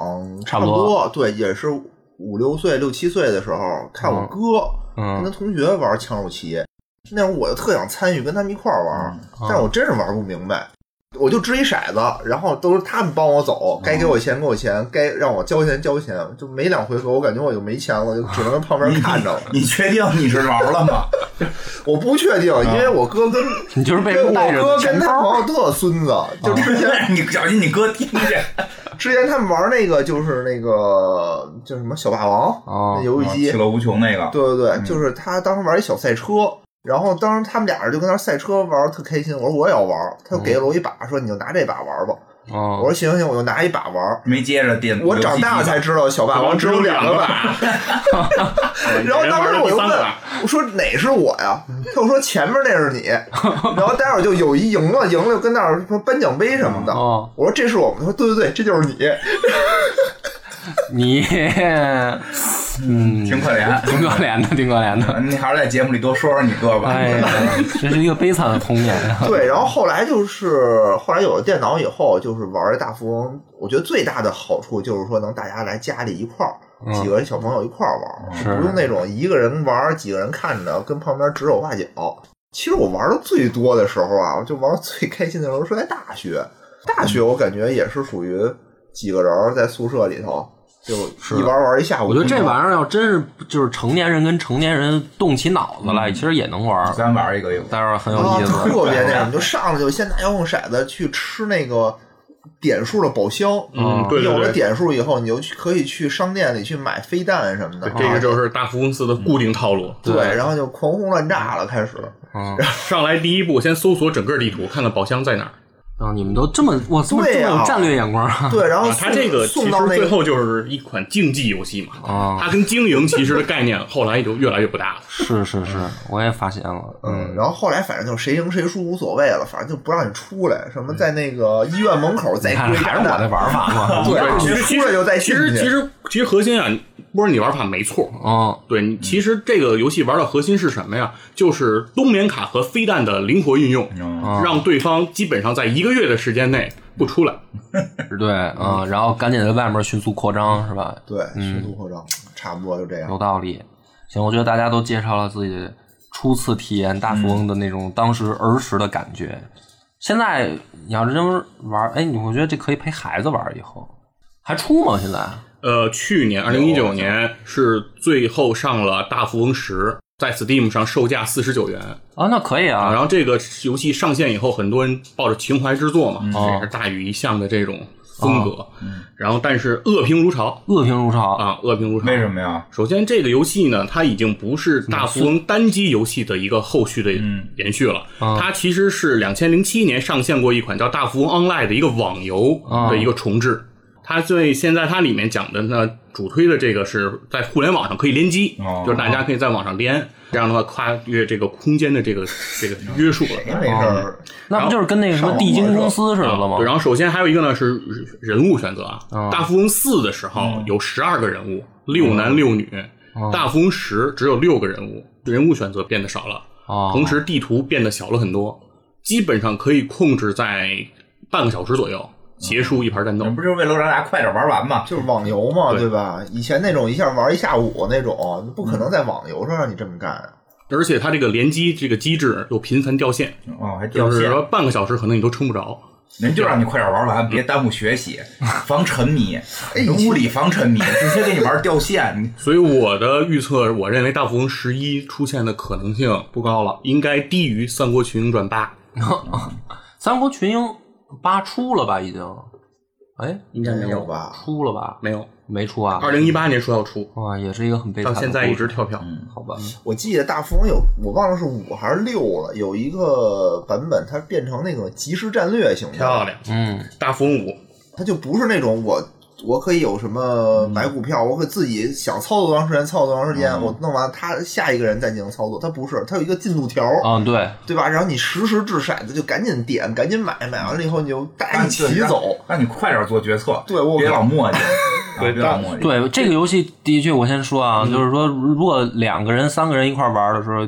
Speaker 2: 差不
Speaker 3: 不
Speaker 2: 多
Speaker 3: 对，也是五六岁、六七岁的时候，看我哥、
Speaker 2: 嗯
Speaker 3: 跟他同学玩枪手棋，那会儿我就特想参与，跟他们一块儿玩，
Speaker 2: 嗯
Speaker 3: 但是我真是玩不明白。我就掷一骰子，然后都是他们帮我走，该给我钱给我钱，该让我交钱交钱，就没两回合，我感觉我就没钱了，就只能跟旁边 看着了。
Speaker 1: 你确定你是玩了吗？
Speaker 3: 我不确定，因为我哥跟
Speaker 2: 你就是被人
Speaker 3: 跟
Speaker 2: 带
Speaker 3: 我
Speaker 2: 着
Speaker 3: 哥
Speaker 2: 的
Speaker 3: 跟
Speaker 2: 钱
Speaker 3: 他
Speaker 2: 包
Speaker 3: 朋友特孙子，就之前
Speaker 1: 啊 你小心你哥听见。
Speaker 3: 之前他们玩那个就是那个叫什么小霸王
Speaker 2: 哦
Speaker 3: 那游戏机，
Speaker 1: 其啊乐无穷那个，
Speaker 3: 对对对，就是他当时玩一小赛车，然后当时他们俩人就跟那儿赛车玩儿特开心，我说我也要玩儿，他就给了我一把，说你就拿这把玩儿吧，我
Speaker 2: 哦，
Speaker 3: 说行行，我就拿一把玩儿。
Speaker 1: 没接着电。
Speaker 3: 我长大了才知道小霸王只有两个把，
Speaker 4: 呃
Speaker 3: 然后当时我就问
Speaker 4: 人玩了
Speaker 2: 啊
Speaker 3: 我说哪是我呀？他就说前面那 是你，然后待会儿就有一赢了，赢了就跟那儿说颁奖杯什么的。
Speaker 2: 哦
Speaker 3: 我说这是我们，他说对对对，这就是你。
Speaker 2: 你嗯，
Speaker 1: 挺可怜。嗯
Speaker 2: 挺可怜的，挺可怜的。
Speaker 1: 你还是在节目里多说说你哥吧。嗯
Speaker 2: 哎呀，这是一个悲惨的童年 啊！
Speaker 3: 对，然后后来就是后来有了电脑以后，就是玩这大富翁，我觉得最大的好处就是说能大家来家里一块儿，
Speaker 2: 嗯
Speaker 3: 几个小朋友一块儿玩，
Speaker 2: 是
Speaker 3: 不用那种一个人玩几个人看着，跟旁边指手画脚。其实我玩的最多的时候啊，我就玩得最开心的时候是在大学，大学我感觉也是属于几个人儿在宿舍里头就一玩玩一下午。
Speaker 2: 我觉得这玩意儿要真是就是成年人跟成年人动起脑子来，其实也能玩儿，
Speaker 1: 咱玩一个有
Speaker 2: 待会儿很有
Speaker 3: 啊，
Speaker 2: 意思。
Speaker 3: 特 别那什么，就上来就先拿遥控骰子去吃那个点数的宝箱。
Speaker 4: 嗯，对
Speaker 3: 有了
Speaker 4: 对对，
Speaker 3: 点数以后，你就去可以去商店里去买飞弹什么的。
Speaker 2: 啊
Speaker 3: 啊
Speaker 4: 这个就是大富翁四的固定套 路。
Speaker 3: 对，然后就狂轰乱炸了，开始。
Speaker 2: 嗯，
Speaker 4: 上来第一步，先搜索整个地图，看看宝箱在哪儿。
Speaker 2: 然后你们都这么哇，这么这
Speaker 3: 对呀
Speaker 2: 么有战略眼光啊！
Speaker 3: 对，然后
Speaker 4: 啊，
Speaker 3: 送
Speaker 4: 它这个其
Speaker 3: 送
Speaker 4: 实
Speaker 3: 到那
Speaker 4: 最
Speaker 3: 个，
Speaker 4: 后就是一款竞技游戏嘛。
Speaker 2: 啊，
Speaker 4: 它跟经营其实的概念后来也就越来越不大了。
Speaker 2: 是是是，我也发现了，
Speaker 3: 嗯，然后后来反正就是谁赢谁输无所谓了，反正就不让你出来，什么在那个医院门口
Speaker 4: 嗯
Speaker 3: 再
Speaker 2: 你看
Speaker 3: 堆
Speaker 2: 还是
Speaker 3: 炸
Speaker 2: 我
Speaker 3: 弹
Speaker 2: 的。玩法嘛，
Speaker 3: 对，然后
Speaker 4: 其
Speaker 3: 你
Speaker 4: 实其
Speaker 3: 出来就再
Speaker 4: 实其
Speaker 3: 进
Speaker 4: 实
Speaker 3: 去。
Speaker 4: 其实其实核心啊，波儿你玩法没错，啊
Speaker 2: 嗯，
Speaker 4: 对你，其实这个游戏玩的核心是什么呀？就是冬眠卡和飞弹的灵活运用，让对方基本上在一个月的时间内不出来。
Speaker 2: 对，嗯，然后赶紧在外面迅速扩张，是吧？
Speaker 3: 对，
Speaker 4: 嗯
Speaker 3: 迅速扩张，差不多就这样
Speaker 4: 哦
Speaker 2: 有。道理。行，我觉得大家都介绍了自己初次体验大富
Speaker 4: 嗯
Speaker 2: 翁的那种当时儿时的感觉。现在你要真玩儿，哎，你我觉得这可以陪孩子玩儿，以后还出吗？现在啊
Speaker 4: 呃，去年二零一九年是最后上了大富翁十，在 Steam 上售价四十九元
Speaker 2: 啊，那可以
Speaker 4: 啊。
Speaker 2: 啊
Speaker 4: 然，后这个游戏上线以后，很多人抱着情怀之作嘛，
Speaker 2: 哦
Speaker 4: 这也是大禹一向的这种风格。然后，但是恶评如潮
Speaker 2: 恶评如潮。
Speaker 4: 啊，恶评如潮。
Speaker 1: 为什么呀？
Speaker 4: 首先，这个游戏呢，它已经不是大富翁单机游戏的一个后续的延续了。它其实是两千零七年上线过一款叫《大富翁 Online》的一个网游的一个重置。它最现在它里面讲的呢，主推的这个是在互联网上可以联机，
Speaker 1: 哦
Speaker 4: 就是大家可以在网上连，这样的话跨越这个空间的这个这个约束了。
Speaker 3: 谁没事儿
Speaker 2: 那不就是跟那个什么地精公司似的了吗
Speaker 4: 啊对，？然后首先还有一个呢是人物选择啊，大富翁四的时
Speaker 1: 嗯
Speaker 4: 候有十二个人物，六男六女；大富翁十只有六个人物，人物选择变得少了，
Speaker 2: 啊，
Speaker 4: 同时地图变得小了很多，基本上可以控制在半个小时左右结束一盘战斗
Speaker 1: 你。不就是为了让大家快点玩完吗？
Speaker 3: 就是网游嘛，
Speaker 4: 对嗯
Speaker 3: 对吧？以前那种一下玩一下午那种，不可能在网游上让你这么干啊。
Speaker 4: 而且它这个联机这个机制又频繁掉线，
Speaker 1: 哦，还掉
Speaker 4: 就是
Speaker 1: 线。
Speaker 4: 说半个小时可能你都撑不着。
Speaker 1: 人就让你快点玩完，别耽误学习，防沉迷，
Speaker 3: 哎
Speaker 1: 物理防沉迷，直接给你玩掉线。你
Speaker 4: 所以我的预测，我认为大富翁十一出现的可能性不高了，应该低于《三国群英传八》。
Speaker 2: 三国群英八出了吧？已经？哎，
Speaker 4: 应该没有
Speaker 3: 吧？
Speaker 2: 出了吧？
Speaker 4: 没有，
Speaker 2: 没出啊。
Speaker 4: 二零一八年说要出，
Speaker 2: 啊，也是一个很悲惨
Speaker 4: 到
Speaker 2: 的故事。
Speaker 4: 现在一直跳票。
Speaker 3: 嗯
Speaker 2: 好吧，
Speaker 3: 我记得大富翁有，我忘了是五还是六了，有一个版本它变成那种即时战略型的，
Speaker 4: 漂亮，
Speaker 2: 嗯，
Speaker 4: 大富翁五
Speaker 3: 它就不是那种我我可以有什么买股票，我可以自己想操作多长时间操作多长时间，我弄完他下一个人再进行操作，它不是，它有一个进度条，
Speaker 2: 嗯，对，
Speaker 3: 对吧？然后你实时掷骰子，就赶紧点，赶紧买，买完了以后你就大家一起走。
Speaker 1: 让你快点做决策，
Speaker 3: 对我
Speaker 1: 别老 磨叽，对，别老
Speaker 3: 但
Speaker 1: 磨叽。
Speaker 2: 对这个游戏的确，我先说啊，
Speaker 1: 嗯
Speaker 2: 就是说，如果两个人、三个人一块玩的时候，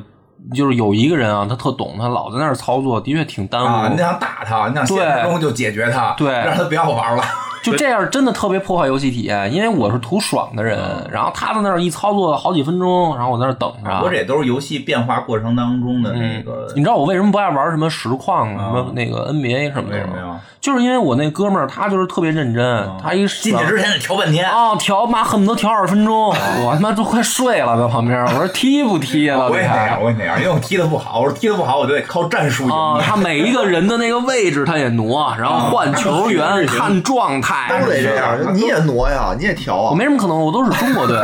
Speaker 2: 就是有一个人啊，他特懂，他老在那儿操作，的确挺耽误。
Speaker 1: 啊，你想打他，你想现实中就解决他，
Speaker 2: 嗯对
Speaker 1: 让他不要玩了。
Speaker 2: 就这样真的特别破坏游戏体验，因为我是图爽的人，
Speaker 1: 嗯
Speaker 2: 然后他在那儿一操作好几分钟，然后我在那儿等着。
Speaker 1: 我这也都是游戏变化过程当中的那个，
Speaker 2: 啊你知道我为什么不爱玩什么实况、
Speaker 1: 啊
Speaker 2: 什么那个 NBA 什么
Speaker 1: 为
Speaker 2: 的
Speaker 1: 什么
Speaker 2: 吗？
Speaker 1: 呀？
Speaker 2: 就是因为我那哥们儿他就是特别认真，他一
Speaker 1: 啊进去之啊前得调半天，
Speaker 2: 啊、调妈恨不得调二十分钟，我他妈都快睡了，在旁边我说踢不踢啊？
Speaker 1: 我也
Speaker 2: 这
Speaker 1: 那
Speaker 2: 还
Speaker 1: 样，我也那样，因为我踢的不好，我说踢的不好，我就得靠战术赢
Speaker 2: 啊，
Speaker 1: 你。
Speaker 2: 他每一个人的那个位置他也 挪，然后换球员、看状态，
Speaker 3: 都得这样，你也挪呀，你也调
Speaker 2: 我
Speaker 3: 啊。
Speaker 2: 没什么可能，我都是中 国队，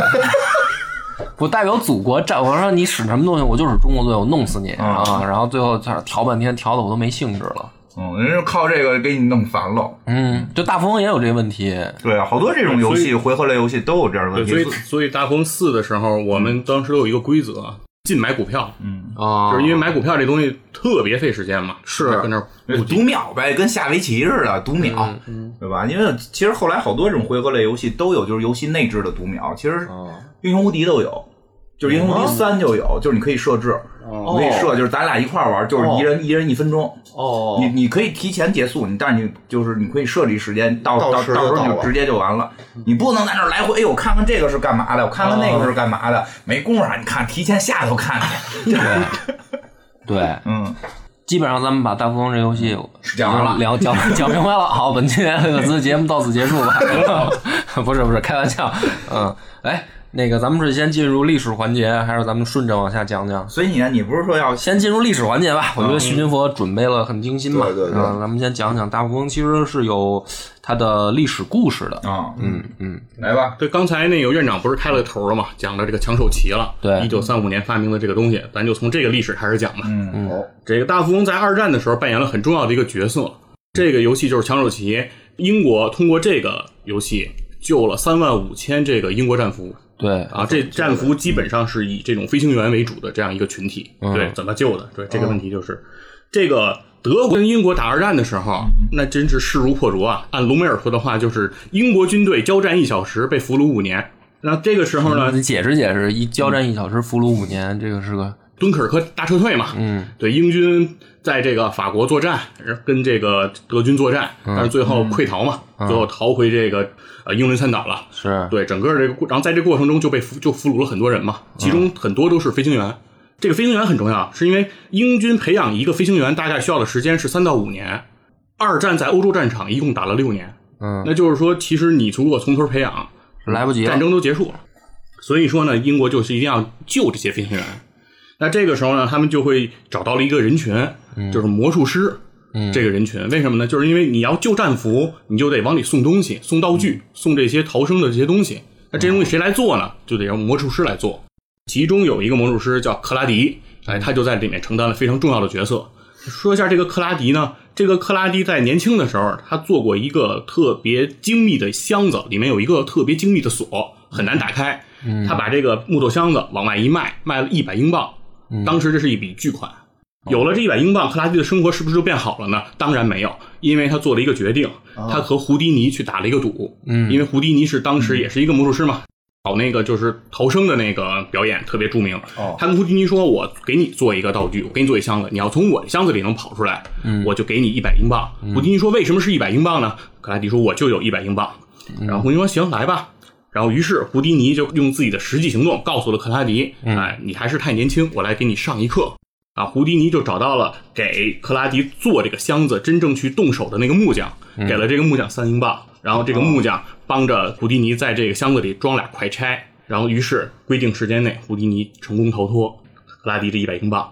Speaker 2: 我代表祖国战。我说你使什么东西，我就是中国队，我弄死你啊！然后最后在那调半天，调的我都没兴致了。
Speaker 1: 嗯，人就靠这个给你弄烦了。
Speaker 2: 嗯，就大富翁也有这问题，
Speaker 1: 对啊，好多这种游
Speaker 4: 所
Speaker 1: 戏，回合类游戏都有这样的问题。
Speaker 4: 对，所以所以大富翁四的时候，我们当时都有一个规则，禁买股票，
Speaker 2: 啊，
Speaker 4: 就是因为买股票这东西特别费时间嘛，是跟那儿
Speaker 1: 对读秒呗，跟下围棋似的读秒，
Speaker 3: 嗯
Speaker 1: 对吧？因为其实后来好多这种回合类游戏都有，就是游戏内置的读秒，其实
Speaker 3: 哦
Speaker 1: 英雄无敌都有。就是英雄无敌三就有，就是你可以设置，你可以设，就是咱俩一块儿玩，就是一人一人一分钟，
Speaker 3: 哦
Speaker 1: 你，你可以提前结束，你但是你就是你可以设立时间，到
Speaker 3: 到
Speaker 1: 到到
Speaker 3: 时
Speaker 1: 时
Speaker 3: 就
Speaker 1: 候你
Speaker 3: 到
Speaker 1: 就
Speaker 3: 了嗯
Speaker 1: 直接就完了，你不能在那儿来回，哎呦，我看看这个是干嘛的，我看看那个是干嘛的，没工夫让你看，提前下头看去。
Speaker 2: 对，
Speaker 1: 嗯，
Speaker 2: 基本上咱们把大富翁这游戏
Speaker 1: 讲完了
Speaker 2: 聊讲 讲明白了。好，本期本次节目到此结束 吧。不是不是，开玩笑。嗯，哎，那个咱们是先进入历史环节，还是咱们顺着往下讲讲？
Speaker 1: 所以你呢，你不是说
Speaker 3: 嗯
Speaker 1: 要
Speaker 2: 先进入历史环节吧，我
Speaker 4: 嗯
Speaker 2: 觉得徐君佛准备了很精心嘛，
Speaker 3: 对对对
Speaker 2: 啊咱们先讲讲大富翁其实是有它的历史故事的，
Speaker 1: 啊，
Speaker 2: 嗯嗯，
Speaker 1: 来吧，
Speaker 4: 对，刚才那个院长不是开了个头了嘛，讲到这个抢手棋了。
Speaker 2: 对
Speaker 4: 一九三五年发明的这个东西，咱就从这个历史开始讲吧。
Speaker 1: 嗯
Speaker 4: 这个大富翁在二战的时候扮演了很重要的一个角色。这个游戏就是抢手棋，英国通过这个游戏救了三万五千这个英国战俘
Speaker 2: 对，
Speaker 4: 啊，这战俘基本上是以这种飞行员为主的这样一个群体。
Speaker 2: 嗯
Speaker 4: 对，怎么救的？对，这个问题就是这个。德国跟英国打二战的时候，那真是势如破竹啊！按隆美尔说的话，就是英国军队交战一小时，被俘虏五年。那这个时候呢，
Speaker 2: 你解释解释，一交战一小时，俘虏五年，这个是个
Speaker 4: 敦刻尔克大撤退嘛，
Speaker 2: 嗯，
Speaker 4: 对，英军在这个法国作战，然后跟这个德军作战，
Speaker 2: 嗯
Speaker 4: 但是最后溃逃嘛，最后逃回这个呃英伦三岛了。
Speaker 2: 是
Speaker 4: 对，整个这个过，然后在这过程中就被俘就俘虏了很多人嘛，其中很多都是飞行员。这个飞行员很重要，是因为英军培养一个飞行员大概需要的时间是三到五年。二战在欧洲战场一共打了六年，
Speaker 2: 嗯，
Speaker 4: 那就是说，其实你如果从头培养，
Speaker 2: 来不及了
Speaker 4: 战，争都结束了。所以说呢，英国就是一定要救这些飞行员。那这个时候呢，他们就会找到了一个人群，就是魔术师、这个人群。为什么呢？就是因为你要救战俘，你就得往里送东西，送道具，送这些逃生的这些东西。那这些东西谁来做呢？就得让魔术师来做。其中有一个魔术师叫克拉迪，哎，他就在里面承担了非常重要的角色。说一下这个克拉迪呢，这个克拉迪在年轻的时候，他做过一个特别精密的箱子，里面有一个特别精密的锁，很难打开。他把这个木头箱子往外一卖，卖了一百英镑，当时这是一笔巨款。有了这一百英镑，克拉迪的生活是不是就变好了呢？当然没有，因为他做了一个决定，他和胡迪尼去打了一个赌。
Speaker 2: 嗯
Speaker 4: 因为胡迪尼是当时也是一个魔术师嘛，搞那个就是逃生的那个表演特别著名。
Speaker 3: 哦
Speaker 4: 他跟胡迪尼说：“我给你做一个道具，我给你做一箱子，你要从我的箱子里能跑出来，
Speaker 2: 嗯
Speaker 4: 我就给你一百英镑。胡迪尼说：“为什么是一百英镑呢？”克拉迪说：“我就有一百英镑。”然后胡迪尼说：“行，来吧。”然后，于是胡迪尼就用自己的实际行动告诉了克拉迪：“哎，你还是太年轻，我来给你上一课。”啊，胡迪尼就找到了给克拉迪做这个箱子真正去动手的那个木匠，给了这个木匠三英镑，然后这个木匠帮着胡迪尼在这个箱子里装俩快拆，然后于是规定时间内，胡迪尼成功逃脱，克拉迪这一百英镑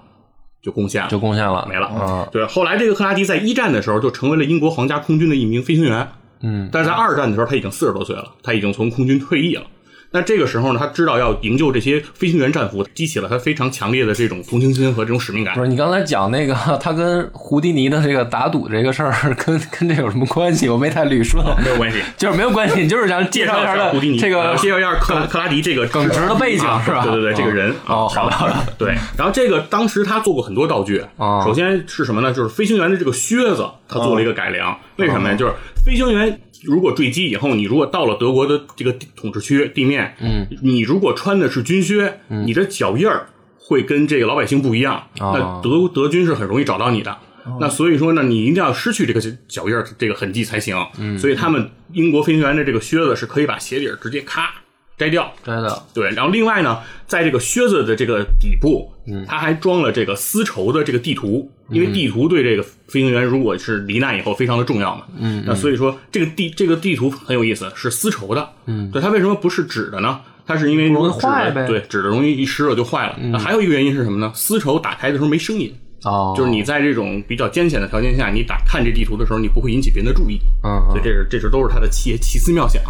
Speaker 4: 就贡献了，
Speaker 2: 就贡献了，
Speaker 4: 没了。
Speaker 2: 啊，
Speaker 4: 对，后来这个克拉迪在一战的时候就成为了英国皇家空军的一名飞行员，
Speaker 2: 嗯，
Speaker 4: 但是在二战的时候他已经四十多岁了，他已经从空军退役了。那这个时候呢，他知道要营救这些飞行员战俘，激起了他非常强烈的这种同情心和这种使命感
Speaker 2: 不。是你刚才讲那个 他跟胡迪尼的这个打赌这个事儿， 跟跟这有什么关系？我没太捋顺，
Speaker 4: 哦没有关系，
Speaker 2: 就是没有关系，你 就是想介
Speaker 4: 介
Speaker 2: 绍
Speaker 4: 绍
Speaker 2: 一
Speaker 4: 一
Speaker 2: 下
Speaker 4: 下
Speaker 2: 他
Speaker 4: 胡迪尼，
Speaker 2: 这
Speaker 4: 呃
Speaker 2: 个
Speaker 4: 介绍一下克克拉迪这个
Speaker 2: 耿直的背景
Speaker 4: 啊
Speaker 2: 是吧
Speaker 4: 对对对，这个人
Speaker 2: 哦，好的好的，
Speaker 4: 对，然后这个当时他做过很多道具，
Speaker 2: 哦
Speaker 4: 首先是什么呢？就是飞行员的这个靴子，他做了一个改
Speaker 2: 啊
Speaker 4: 良。为什么呀？就是飞行员如果坠机以后，你如果到了德国的这个地统治区地面，嗯，你如果穿的是军靴，
Speaker 2: 嗯
Speaker 4: 你的脚印儿会跟这个老百姓不一样，
Speaker 2: 哦
Speaker 4: 那德德军是很容易找到你的。那所以说呢，你一定要失去这个脚印儿这个痕迹才行。嗯，所以他们英国飞行员的这个靴子是可以把鞋底儿直接咔摘掉，
Speaker 2: 真的
Speaker 4: 对，然后另外呢，在这个靴子的这个底部，
Speaker 2: 嗯
Speaker 4: 它还装了这个丝绸的这个地图，因为地图对这个飞行员如果是罹难以后非常的重要嘛，嗯，那所以说这个地这个地图很有意思，是丝绸的，嗯，对，它为什么不是纸的呢？它是因为
Speaker 2: 不容易
Speaker 4: 纸的
Speaker 2: 坏呗嗯
Speaker 4: 对，纸的容易一湿了就坏了。那还有一个原因是什么呢？丝绸打开的时候没声音，
Speaker 2: 哦，
Speaker 4: 就是你在这种比较艰险的条件下，你打看这地图的时候，你不会引起别人的注意，
Speaker 2: 嗯嗯
Speaker 4: 所以这是这是都是他的奇奇思妙想。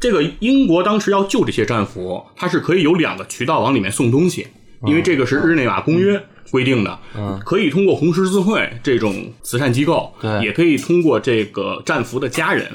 Speaker 4: 这个英国当时要救这些战俘，它是可以有两个渠道往里面送东西，
Speaker 2: 嗯
Speaker 4: 因为这个是日内瓦公约规定的，可以通过红十字会这种慈善机构，
Speaker 2: 对嗯
Speaker 4: 也可以通过这个战俘的家人，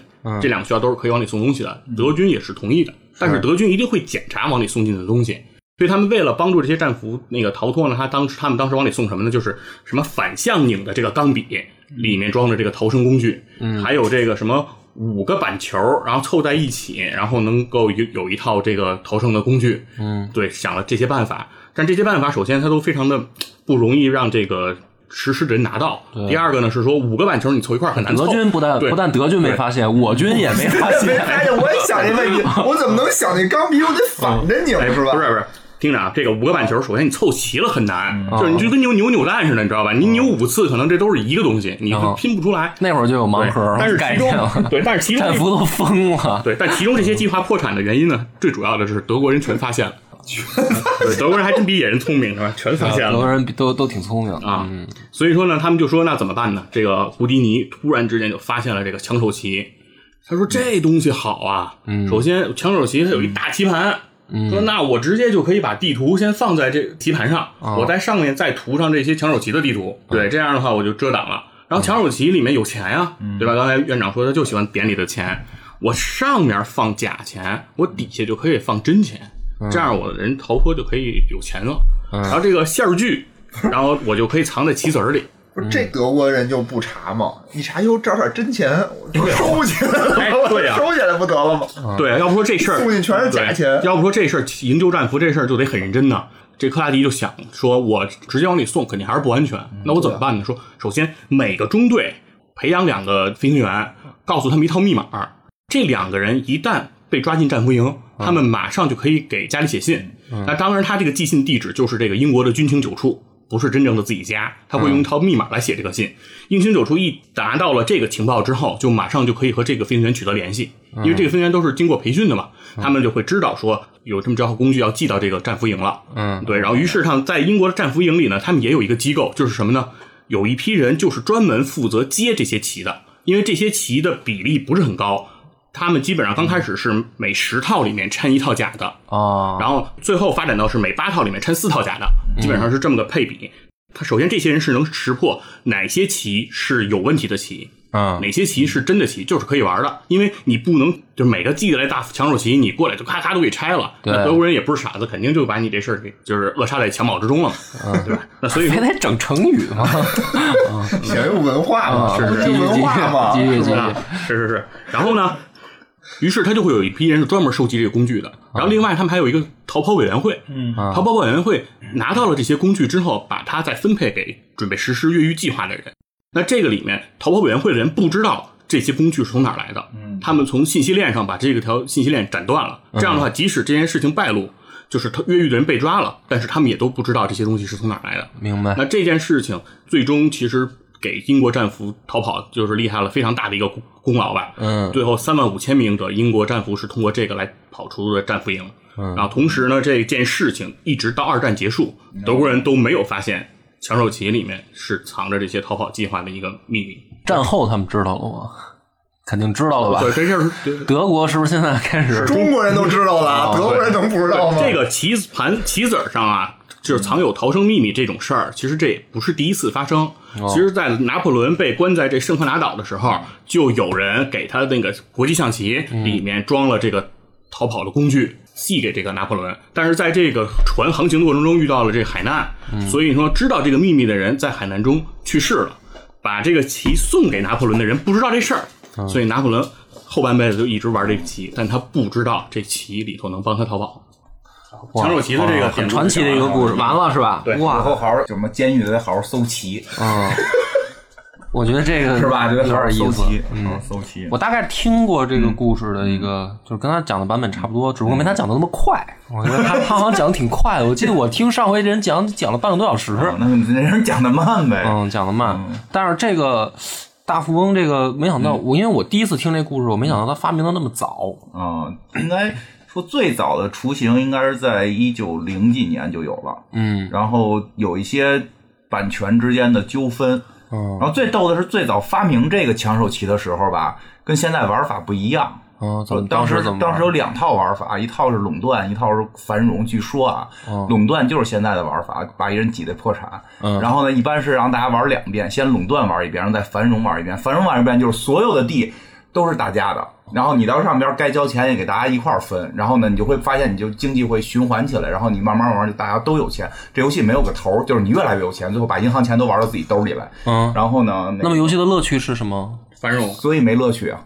Speaker 4: 这两个渠道都是可以往里送东西的。德军也是同意的，但是德军一定会检查往里送进的东西。所以他们为了帮助这些战俘那个逃脱呢，他当时他们当时往里送什么呢？就是什么反向拧的这个钢笔，
Speaker 2: 嗯
Speaker 4: 里面装着这个逃生工具，还有这个什么五个板球，然后凑在一起，然后能够有有一套这个逃生的工具。嗯，对，想了这些办法，但这些办法首先它都非常的不容易让这个实施的人拿到。第二个呢是说五个板球你凑一块儿很难凑。
Speaker 2: 德军不但
Speaker 4: 对
Speaker 2: 不但德军没发现，我军也没发
Speaker 3: 没
Speaker 2: 现，
Speaker 3: 发现，我也想这问题，我怎么能想那钢笔？我得反着拧
Speaker 4: 哎，
Speaker 3: 是吧？
Speaker 4: 不是不是，听着啊，这个五个板球，首先你凑齐了很
Speaker 2: 嗯
Speaker 4: 难，就是你就跟扭扭扭蛋似的，你知道吧？你扭五次，可能这都是一个东西，你
Speaker 2: 嗯
Speaker 4: 拼不出来。
Speaker 2: 那会儿就有盲
Speaker 4: 对
Speaker 2: 盒
Speaker 4: 但是
Speaker 2: 概
Speaker 4: 其
Speaker 2: 念了
Speaker 4: 中，对，但是其
Speaker 2: 战
Speaker 4: 中
Speaker 2: 俘都疯了，
Speaker 4: 对，但其中这些计划破产的原因呢，最主要的是德国人全发现了，对，德国人还真比野人聪明是吧？ 全发现
Speaker 2: 很
Speaker 4: 了
Speaker 2: 多。啊人比都都挺聪明的
Speaker 4: 啊，所以说呢，他们就说那怎么办呢？这个胡迪尼突然之间就发现了这个抢手棋，他说这东西好啊，首先抢手棋它有一大棋盘，说那我直接就可以把地图先放在这棋盘上，我在上面再涂上这些抢手棋的地图，对，这样的话我就遮挡了。然后抢手棋里面有钱呀、对吧？刚才院长说他就喜欢点里的钱，我上面放假钱，我底下就可以放真钱，这样我的人逃脱就可以有钱了。然后这个线儿锯，然后我就可以藏在棋子儿里。
Speaker 3: 不是这德国人就不查吗？一查哟，这儿有点真 钱，我收起来了，
Speaker 4: 哎
Speaker 3: 我
Speaker 4: 对呀
Speaker 3: 收起来不得了吗？
Speaker 4: 对，要不说这事儿
Speaker 3: 啊送进全是假钱
Speaker 4: 对要不说这事儿营救战俘这事儿就得很认真呢。这克拉迪就想说，我直接往里送肯定还是不安全，
Speaker 3: 嗯
Speaker 4: 那我怎么办呢？说首先每个中队培养两个飞行员，告诉他们一套密码，这两个人一旦被抓进战俘营，他们马上就可以给家里写信。那当然，他这个寄信地址就是这个英国的军情九处，不是真正的自己家，他会用一套密码来写这个信。英军九处一达到了这个情报之后，就马上就可以和这个飞行员取得联系，因为这个飞行员都是经过培训的嘛，他们就会知道说有这么这套工具要寄到这个战俘营了。
Speaker 2: 嗯，
Speaker 4: 对，然后于是他们在英国的战俘营里呢，他们也有一个机构，就是什么呢？有一批人就是专门负责接这些旗的，因为这些旗的比例不是很高，他们基本上刚开始是每十套里面掺一套假的，
Speaker 2: 啊，
Speaker 4: 然后最后发展到是每八套里面掺四套假的，基本上是这么个配比。他首先这些人是能识破哪些棋是有问题的棋，
Speaker 2: 嗯
Speaker 4: 哪些棋是真的棋，就是可以玩的，因为你不能就是每个寄来大抢手棋，你过来就咔咔都给拆了。
Speaker 2: 对
Speaker 4: 那德国人也不是傻子，肯定就把你这事儿给就是扼杀在襁褓之中了嘛，对吧？那所以
Speaker 2: 还
Speaker 4: 说。
Speaker 2: 得整成语 吗？
Speaker 3: 想用文化嘛，
Speaker 2: 是
Speaker 3: 不
Speaker 2: 是
Speaker 3: 就文化嘛，
Speaker 2: 继续继续继续
Speaker 4: 啊，是是是。然后呢，于是他就会有一批人是专门收集这个工具的。然后另外他们还有一个逃跑委员会，嗯，逃跑委员会拿到了这些工具之后，把它再分配给准备实施越狱计划的人。那这个里面，逃跑委员会的人不知道这些工具是从哪儿来的，他们从信息链上把这个条信息链斩断了。这样的话，即使这件事情败露，就是他越狱的人被抓了，但是他们也都不知道这些东西是从哪儿来的。
Speaker 2: 明白
Speaker 4: 那这件事情最终其实给英国战俘逃跑就是立下了非常大的一个功功劳吧。
Speaker 2: 嗯
Speaker 4: 最后三万五千名的英国战俘是通过这个来跑出的战俘营。
Speaker 2: 嗯
Speaker 4: 然后同时呢，这件事情一直到二战结束，德国人都没有发现强手旗里面是藏着这些逃跑计划的一个秘密。
Speaker 2: 战后他们知道了吗？肯定知道了吧？
Speaker 4: 对，这事儿对
Speaker 2: 德国是不是现在开始
Speaker 3: 中国人都知道了，德国人能不知道吗？
Speaker 4: 这个棋子盘棋子儿上啊，就是藏有逃生秘密这种事儿，其实这也不是第一次发生。其实，在拿破仑被关在这圣克拿岛的时候，就有人给他那个国际象棋里面装了这个逃跑的工具，寄给这个拿破仑。但是在这个船航行的过程中遇到了这海难，所以说知道这个秘密的人在海难中去世了。把这个棋送给拿破仑的人不知道这事儿，所以拿破仑后半辈子就一直玩这棋，但他不知道这棋里头能帮他逃跑。
Speaker 2: 哇
Speaker 4: 强手棋的这个
Speaker 2: 哦很传奇的一
Speaker 4: 啊
Speaker 2: 个故事，完了是吧？对
Speaker 1: 以后
Speaker 2: 哇，
Speaker 1: 好好什么监狱得好好搜齐，
Speaker 2: 嗯， 我觉得这个
Speaker 1: 是吧？
Speaker 2: 有
Speaker 1: 得好好
Speaker 2: 点
Speaker 1: 搜
Speaker 2: 意思
Speaker 1: 齐，，好
Speaker 2: 嗯
Speaker 1: 好。搜齐。
Speaker 2: 我大概听过这
Speaker 1: 嗯
Speaker 2: 个故事的一个，就是跟他讲的版本差不多，只不过没他讲的那么 快。我觉得 他他好像讲的挺快的，我记得我听上回这人讲讲了半个多小时，
Speaker 1: 哦那你这人讲的慢呗，
Speaker 2: 嗯，讲的慢。但是这个大富翁，这个没想到我，因为我第一次听这故事，我没想到他发明的那么早。
Speaker 1: 嗯，应该说最早的雏形应该是在一九零几年就有了，
Speaker 2: 嗯
Speaker 1: 然后有一些版权之间的纠纷。
Speaker 2: 嗯
Speaker 1: 然后最逗的是，最早发明这个抢手棋的时候吧，跟现在玩法不一样。
Speaker 2: 嗯，怎么
Speaker 1: 当
Speaker 2: 时
Speaker 1: 时
Speaker 2: 怎么玩
Speaker 1: 当时有两套玩法，一套是垄断，一套是繁荣。据说啊，垄断就是现在的玩法，把一人挤得破产。
Speaker 2: 哦嗯
Speaker 1: 然后呢，一般是让大家玩两遍，先垄断玩一遍，然后再繁荣玩一遍。繁荣玩一遍就是所有的地都是大家的，然后你到上边该交钱也给大家一块儿分。然后呢，你就会发现你就经济会循环起来，然后你慢慢玩就大家都有钱。这游戏没有个头儿，就是你越来越有钱，最后把银行钱都玩到自己兜里来。
Speaker 2: 嗯，
Speaker 1: 然后呢，那
Speaker 2: 那么游戏的乐趣是什么？
Speaker 4: 繁荣，
Speaker 1: 所以没乐趣啊。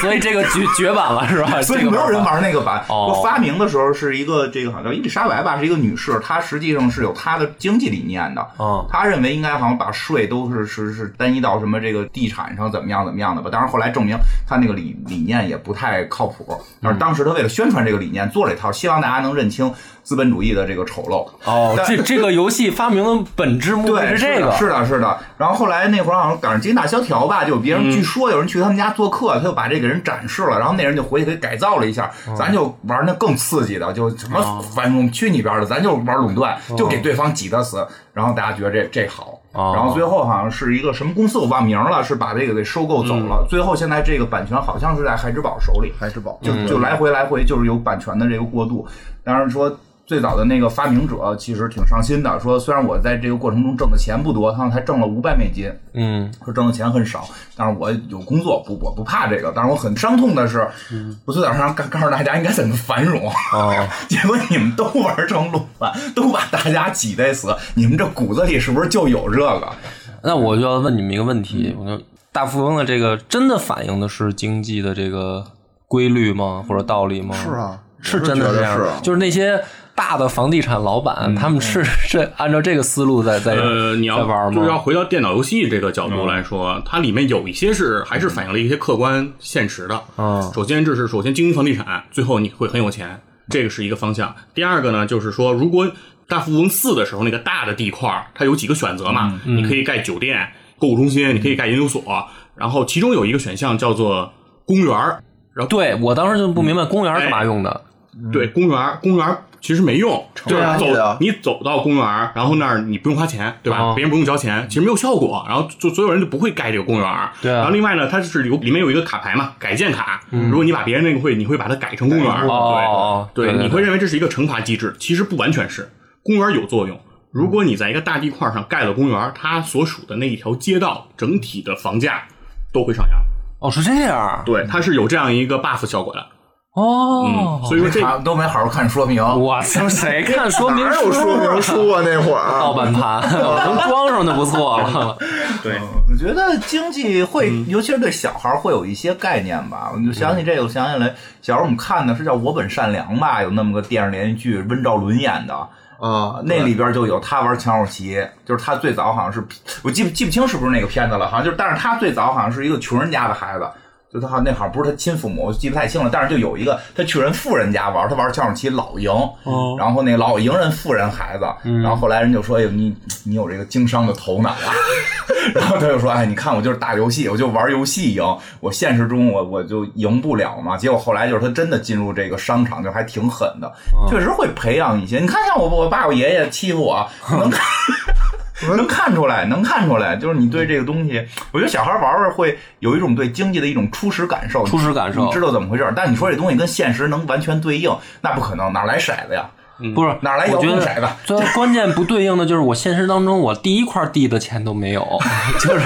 Speaker 2: 所以这个绝绝版了是吧？
Speaker 1: 所以
Speaker 2: 这个
Speaker 1: 没有人
Speaker 2: 法
Speaker 1: 玩那个版。
Speaker 2: 哦
Speaker 1: 就发明的时候是一个这个好像叫伊丽莎白吧，是一个女士，她实际上是有她的经济理念的。
Speaker 2: 嗯
Speaker 1: 她认为应该好像把税都是是是单一到什么这个地产上怎么样怎么样的吧。当然后来证明她那个理理念也不太靠谱。而当时她为了宣传这个理念，做了一套，希望大家能认清资本主义的这个丑陋。
Speaker 2: 哦，这这个游戏发明的本质目的
Speaker 1: 对，
Speaker 2: 是这个，
Speaker 1: 是的，是的。然后后来那会儿好像赶上经济大萧条吧，就有别
Speaker 2: 嗯
Speaker 1: 人据说有人去他们家做客，他就把这给人展示了，然后那人就回去给改造了一下。
Speaker 2: 嗯
Speaker 1: 咱就玩那更刺激的，就什么反正去你边的，咱就玩垄断，
Speaker 2: 嗯
Speaker 1: 就给对方挤得死。然后大家觉得这这好，
Speaker 2: 哦
Speaker 1: 然后最后好像是一个什么公司我忘名了，是把这个给收购走了。
Speaker 2: 嗯
Speaker 1: 最后现在这个版权好像是在孩之宝手里，
Speaker 3: 还是宝，
Speaker 1: 就就来回来回就是有版权的这个过渡。当然说最早的那个发明者其实挺伤心的，说虽然我在这个过程中挣的钱不多，他才挣了五百美金，
Speaker 2: 嗯
Speaker 1: 说挣的钱很少，但是我有工作，不我不怕这个。但是我很伤痛的是，我最早上告告诉大家应该怎么繁荣，
Speaker 2: 哦，
Speaker 1: 结果你们都玩成垄断，都把大家挤得死，你们这骨子里是不是就有这个？
Speaker 2: 那我
Speaker 3: 嗯
Speaker 2: 就要问你们一个问题，我就大富翁的这个真的反映的是经济的这个规律吗？或者道理吗？
Speaker 3: 是，啊，
Speaker 2: 是真的
Speaker 3: 我是
Speaker 2: 这
Speaker 3: 觉得
Speaker 2: 样
Speaker 3: 是
Speaker 2: 的，
Speaker 3: 啊嗯
Speaker 2: 就是那些大的房地产老板，他们是 是按照这个思路在在
Speaker 4: 呃，你
Speaker 2: 在玩
Speaker 4: 要就是要
Speaker 2: 吗？
Speaker 4: 回到电脑游戏这个角度来说，它里面有一些是还是反映了一些客观现实的。
Speaker 2: 嗯
Speaker 4: 首先就是首先经营房地产，最后你会很有钱，这个是一个方向。第二个呢，就是说如果大富翁四的时候那个大的地块儿，它有几个选择嘛，你可以盖酒店、购物中心，你可以盖研究所，然后其中有一个选项叫做公园儿，然后
Speaker 2: 对我当时就不明
Speaker 4: 嗯
Speaker 2: 白公园
Speaker 4: 哎
Speaker 2: 是干嘛用的，
Speaker 4: 对，公园儿，公园儿其实没用，就是
Speaker 2: 啊
Speaker 3: 压力
Speaker 4: 走
Speaker 3: 的
Speaker 4: 你走到公园儿，然后那儿你不用花钱，对吧？
Speaker 2: 哦
Speaker 4: 别人不用交钱，其实没有效果，然后就所有人就不会盖这个公园儿。
Speaker 2: 对啊嗯
Speaker 4: 然后另外呢，它是有里面有一个卡牌嘛，改建卡，如果你把别人那个会，你会把它改成公园儿。
Speaker 2: 哦
Speaker 4: 对，
Speaker 2: 对对对
Speaker 4: 你会认为这是一个惩罚机制，其实不完全是，公园儿有作用。如果你在一个大地块儿上盖了公园儿，它所属的那一条街道整体的房价都会上扬。
Speaker 2: 哦是这样，
Speaker 4: 对，它是有这样一个 buff 效果的。
Speaker 2: 哦
Speaker 4: 嗯，，所以说这个
Speaker 1: 他都没好好看说明。
Speaker 2: 我 操，谁看说明
Speaker 3: 哪有说明书啊？那会儿 啊
Speaker 2: 盗版盘 能装上就不错了，
Speaker 4: 对。
Speaker 1: 我觉得经济会，尤其是对小孩儿会有一些概念吧。我就想起这个，我想起来小时候我们看的是叫《我本善良》吧，有那么个电视连续剧，温兆伦演的。
Speaker 3: 啊，
Speaker 1: 那里边就有他玩抢手棋，就是他最早好像是，我记不记不清是不是那个片子了，好像就是，但是他最早好像是一个穷人家的孩子，就他好像那好像不是他亲父母，我记不太清了。但是就有一个，他去人富人家玩，他玩下象棋老赢，然后那个老赢人富人孩子，然后后来人就说：“哎呦，你你有这个经商的头脑啊！” 然后他就说：“哎，你看我就是打游戏，我就玩游戏赢，我现实中我我就赢不了嘛。”结果后来就是他真的进入这个商场，就还挺狠的，
Speaker 2: 哦
Speaker 1: 确实会培养一些。你看，像我我爸我爷爷欺负 我，能看。能看出来，能看出来，就是你对这个东西，我觉得小孩玩玩会有一种对经济的一种初始感受，
Speaker 2: 初始感受
Speaker 1: 你知道怎么回事儿。但你说这东西跟现实能完全对应，那不可能，哪来骰子呀？
Speaker 2: 不是
Speaker 1: 哪来
Speaker 2: 我
Speaker 1: 遥
Speaker 2: 觉
Speaker 1: 控
Speaker 2: 得
Speaker 1: 骰子？
Speaker 2: 最关键不对应的就是我现实当中我第一块地的钱都没 有，就是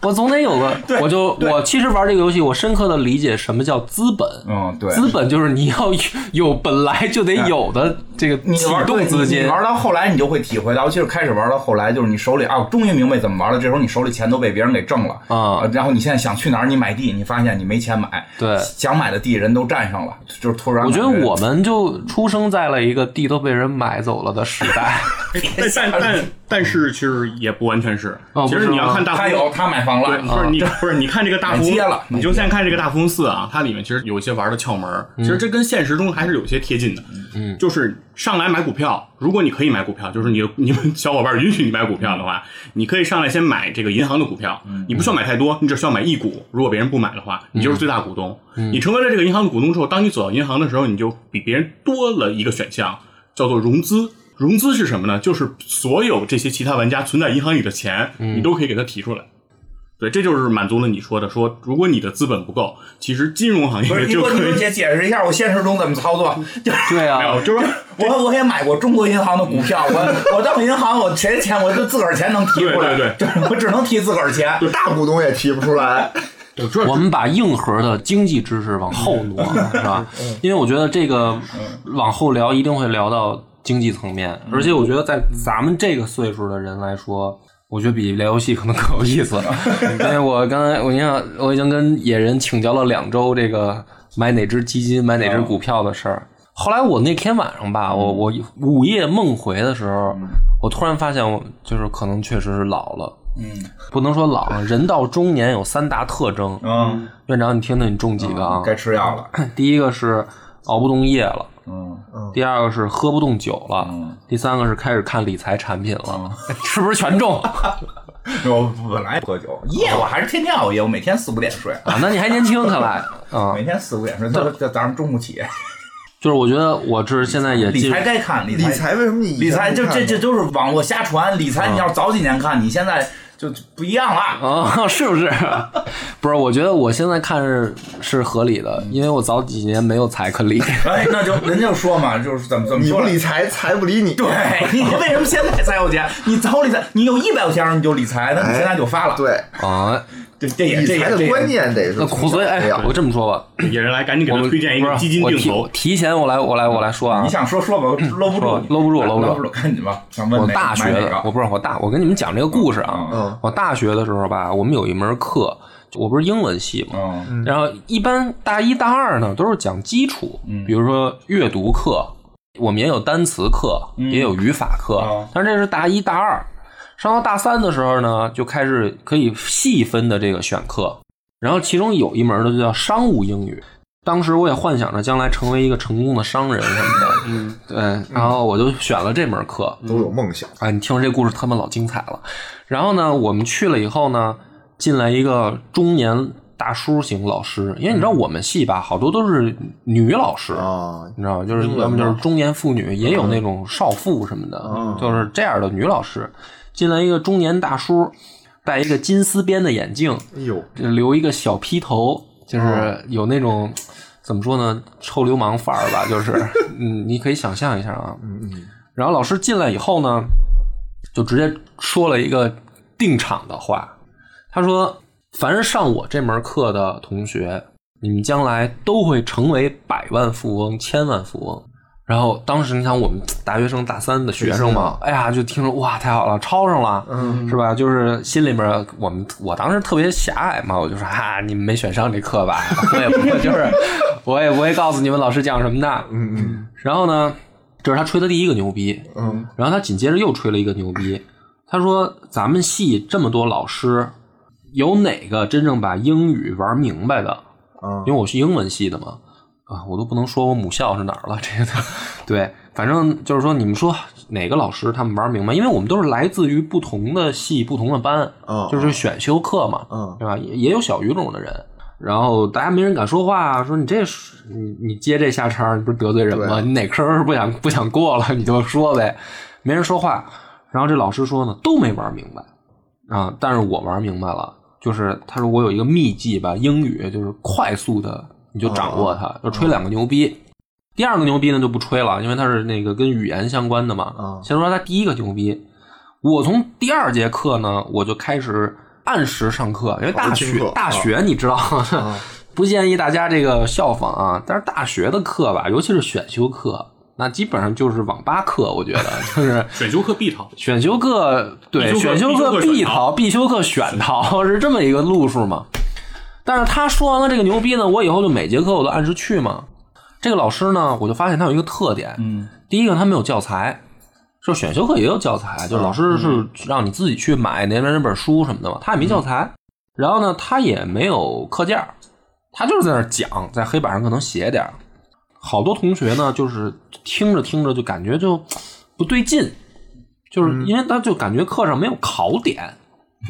Speaker 2: 我总得有个，我就我其实玩这个游戏，我深刻的理解什么叫资本。
Speaker 1: 嗯，对。哎
Speaker 2: 资本就是你要有有本来就得有的这个
Speaker 1: 你
Speaker 2: 启
Speaker 1: 玩对
Speaker 2: 动
Speaker 1: 你
Speaker 2: 资
Speaker 1: 你
Speaker 2: 金，啊
Speaker 1: 玩到后来你就会体会到，尤其是开始玩到后来，就是你手里啊，终于明白怎么玩了。这时候你手里钱都被别人给挣了
Speaker 2: 啊
Speaker 1: 呃然后你现在想去哪儿，你买地，你发现你没钱买，
Speaker 2: 对
Speaker 1: 想买的地人都占上了，就是突然
Speaker 2: 我觉得
Speaker 1: 感
Speaker 2: 我们就出生在了一个地都被人买走了的时 代。
Speaker 4: 但但但但是其实也不完全是
Speaker 2: 哦，
Speaker 4: 其
Speaker 2: 不是
Speaker 4: 实你要
Speaker 2: 吗
Speaker 4: 看大富
Speaker 1: 他
Speaker 4: 翁
Speaker 1: 有他买房
Speaker 4: 对，
Speaker 1: 了，
Speaker 4: 不是你，不是你看这个大富
Speaker 1: 买
Speaker 4: 翁
Speaker 1: 啊街了
Speaker 4: 你就现在看这个大富翁四啊，它里面其实有一些玩的窍门儿，
Speaker 1: 嗯
Speaker 4: 其实这跟现实中还是有些贴近的。嗯，就是上来买股票，如果你可以买股票，就是你你们小伙伴允许你买股票的话，你可以上来先买这个银行的股票，
Speaker 1: 嗯
Speaker 4: 你不需要买太多，你只需要买一股。如果别人不买的话，你就是最大股东。
Speaker 1: 嗯
Speaker 4: 你成为了这个银行的股东之后，当你走到银行的时候，你就比别人多了一个选项，叫做融资。融资是什么呢？就是所有这些其他玩家存在银行里的钱，
Speaker 1: 嗯
Speaker 4: 你都可以给他提出来。对，这就是满足了你说的，说如果你的资本不够，其实金融行
Speaker 1: 不是
Speaker 4: 业
Speaker 1: 你
Speaker 4: 就
Speaker 1: 说你
Speaker 4: 可
Speaker 1: 说
Speaker 4: 以。
Speaker 1: 解解释一下我现实中怎么操作？就
Speaker 2: 对
Speaker 4: 没
Speaker 2: 啊
Speaker 4: 有，，就是说，
Speaker 1: 我我也买过中国银行的股票，我我到银行，我谁的钱我就自个儿钱能提出来，
Speaker 4: 对对
Speaker 1: 对，我只能提自个儿钱。
Speaker 3: 大股东也提不出来。
Speaker 4: 我知道
Speaker 2: 我们把硬核的经济知识往后挪，是吧？因为我觉得这个往后聊一定会聊到经济层面，而且我觉得在咱们这个岁数的人来说。我觉得比聊游戏可能更有意思，因为我刚才我你想我已经跟野人请教了两周这个买哪只基金、买哪只股票的事儿。后来我那天晚上吧，我我午夜梦回的时候，我突然发现我就是可能确实是老了，不能说老了，人到中年有三大特征，
Speaker 1: 嗯，
Speaker 2: 院长，你听听，你中几个啊？
Speaker 1: 该吃药了。
Speaker 2: 第一个是熬不动夜了，
Speaker 1: 嗯，
Speaker 2: 第二个是喝不动酒了，
Speaker 1: 嗯
Speaker 2: 第三个是开始看理财产品了， 是不是全中啊？
Speaker 1: 我本来不喝酒，夜我还是天天熬夜，我每天四五点睡，啊
Speaker 2: 那你还年轻，看来啊，
Speaker 1: 每天四五点睡，到到早上中午起。
Speaker 2: 就是我觉得我这现在也
Speaker 1: 理
Speaker 2: 进入
Speaker 1: 财该看理
Speaker 3: 理财为什么你以前
Speaker 1: 理财就
Speaker 3: 不看
Speaker 1: 这
Speaker 3: 呢
Speaker 1: 这就是网络瞎传，理财你要早几年看，你现在就不一样了。
Speaker 2: 啊， 是不是？不是，我觉得我现在看是是合理的，因为我早几年没有财可理。
Speaker 1: 哎，那就人家就说嘛，就是怎么怎么
Speaker 3: 你
Speaker 1: 说
Speaker 3: 不
Speaker 1: 了
Speaker 3: 理财，财不理你。
Speaker 1: 对你为什么现在才有钱？你早理财，你有一百块钱你就理财，那你现在就发了。
Speaker 3: 对，
Speaker 2: 啊，
Speaker 1: 对，这也这
Speaker 3: 理财
Speaker 1: 也这
Speaker 3: 的
Speaker 1: 也
Speaker 3: 观念得是
Speaker 2: 那
Speaker 3: 从
Speaker 2: 苦
Speaker 3: 小
Speaker 2: 所以
Speaker 3: 培
Speaker 2: 哎，
Speaker 3: 养
Speaker 2: 我。这么说吧，
Speaker 4: 野人来赶紧给
Speaker 2: 我
Speaker 4: 他
Speaker 2: 们
Speaker 4: 推荐一
Speaker 2: 不
Speaker 4: 个
Speaker 2: 是
Speaker 4: 基金
Speaker 2: 我
Speaker 4: 定
Speaker 2: 提
Speaker 4: 投，
Speaker 2: 提前我来我来我来说啊，
Speaker 1: 你想说说吧，搂不住，啊
Speaker 2: 搂不住搂
Speaker 1: 搂
Speaker 2: 不住
Speaker 1: 住，看你吧。想问
Speaker 2: 我
Speaker 1: 哪个
Speaker 2: 大学
Speaker 1: 买哪
Speaker 2: 的，
Speaker 1: 个
Speaker 2: 我不是我大，我跟你们讲这个故事啊。
Speaker 3: 嗯
Speaker 2: 我大学的时候吧，我们有一门课，我不是英文系嘛，
Speaker 1: 嗯
Speaker 2: 然后一般大一大二呢都是讲基础，
Speaker 1: 嗯
Speaker 2: 比如说阅读课，我们也有单词课，
Speaker 1: 嗯
Speaker 2: 也有语法课
Speaker 1: 哦，
Speaker 2: 但是这是大一大二。上到大三的时候呢，就开始可以细分的这个选课，然后其中有一门呢就叫商务英语。当时我也幻想着将来成为一个成功的商人什么的，嗯，对，然后我就选了这门课，
Speaker 3: 都有梦想，
Speaker 2: 啊，你听这故事他们老精彩了。然后呢，我们去了以后呢，进来一个中年大叔型老师，因为你知道我们系吧，好多都是女老师
Speaker 3: 啊
Speaker 2: 你知道吗？就是要么就是中年妇女，也有那种少妇什么的，就是这样的女老师。进来一个中年大叔，戴一个金丝边的眼镜，
Speaker 3: 哎呦，
Speaker 2: 这留一个小披头，就是有那种。怎么说呢？臭流氓范儿吧，就是，嗯，你可以想象一下啊，然后老师进来以后呢，就直接说了一个定场的话，他说：“凡是上我这门课的同学，你们将来都会成为百万富翁、千万富翁。”然后当时你想，我们大学生大三的学生嘛，哎呀，就听着哇，太好了，抄上了，嗯，是吧？就是心里面，我们我当时特别狭隘嘛，我就说啊，你们没选上这课吧？ 我也不会，就是我也不会告诉你们老师讲什么的，嗯嗯。然后呢，这是他吹的第一个牛逼，
Speaker 3: 嗯，
Speaker 2: 然后他紧接着又吹了一个牛逼，他说咱们系这么多老师，有哪个真正把英语玩明白的？
Speaker 3: 啊
Speaker 2: 因为我是英文系的嘛，啊，我都不能说我母校是哪儿了， 这个对，反正就是说，你们说哪个老师他们玩明白？因为我们都是来自于不同的系、不同的班，
Speaker 3: 啊
Speaker 2: 就是选修课嘛，
Speaker 3: 嗯
Speaker 2: 对吧？也也有小语种的人。然后大家没人敢说话，啊说你这是你你接这下茬儿，你不是得罪人吗？
Speaker 3: 对啊
Speaker 2: 你哪坑儿不想不想过了，你就说呗，没人说话。然后这老师说呢，都没玩明白，啊，但是我玩明白了，就是他说我有一个秘技吧，英语就是快速的，你就掌握
Speaker 3: 嗯
Speaker 2: 它，就吹两个牛逼。第二个牛逼呢就不吹了，因为它是那个跟语言相关的嘛。
Speaker 3: 嗯
Speaker 2: 先说他第一个牛逼，我从第二节课呢我就开始按时上课，因为大
Speaker 3: 好好听
Speaker 2: 学
Speaker 3: 课啊
Speaker 2: 大学你知道， 不建议大家这个效仿啊。但是大学的课吧，尤其是选修课，那基本上就是网吧课，我觉得就是。
Speaker 4: 选修课必考，
Speaker 2: 选修课对
Speaker 4: 必修课
Speaker 2: 选修课
Speaker 4: 必修课
Speaker 2: 必
Speaker 4: 选
Speaker 2: 逃，
Speaker 4: 逃
Speaker 2: 必修课选逃 是这么一个路数嘛？但是他说完了这个牛逼呢，我以后就每节课我都按时去嘛。这个老师呢，我就发现他有一个特点，
Speaker 1: 嗯，
Speaker 2: 第一个他没有教材，就选修课也有教材，就老
Speaker 4: 嗯
Speaker 2: 师是让你自己去买那边那本书什么的嘛，他也没教材，然后呢，他也没有课件儿，他就是在那儿讲，在黑板上可能写点儿。好多同学呢，就是听着听着就感觉就不对劲，就是因为他就感觉课上没有考点，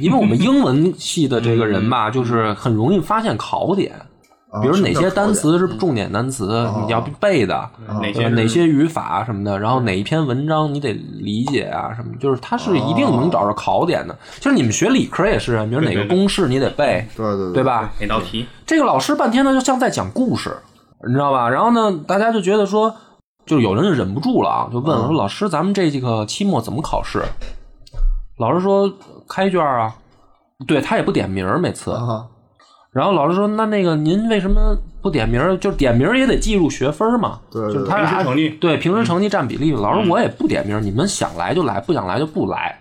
Speaker 2: 因为我们英文系的这个人吧，就是很容易发现考点，
Speaker 3: 啊
Speaker 2: 比如哪
Speaker 3: 什么
Speaker 2: 些
Speaker 3: 叫
Speaker 2: 单
Speaker 3: 考
Speaker 2: 词是重点单词，你要背的，
Speaker 4: 哪
Speaker 2: 对
Speaker 4: 些
Speaker 2: 吧呃哪
Speaker 4: 是
Speaker 2: 些语法什么的，然后哪一篇文章你得理解啊什么，就是它是一定能找着考点的。就是你们学理科也是啊，比如哪个
Speaker 4: 对对对
Speaker 2: 公式你得背，
Speaker 3: 对对
Speaker 2: 对？吧？
Speaker 4: 哪道题？
Speaker 2: 这个老师半天呢，就像在讲故事，你知道吧？然后呢，大家就觉得说，就有人就忍不住了啊，就问
Speaker 4: 嗯
Speaker 2: 我说：“老师，咱们这几个期末怎么考试？”老师说：“开卷啊。”对他也不点名儿，每次。
Speaker 4: 嗯
Speaker 3: 啊
Speaker 2: 然后老师说：“那那个您为什么不点名儿？就是点名儿也得计入学分儿嘛。”
Speaker 3: 对
Speaker 2: 就
Speaker 3: 对
Speaker 2: 是
Speaker 3: 对
Speaker 2: 他
Speaker 4: 平时
Speaker 2: 按
Speaker 4: 成绩嗯
Speaker 2: 对平时成绩占比例。老师我也不点名，你们想来就来，不想来就不来。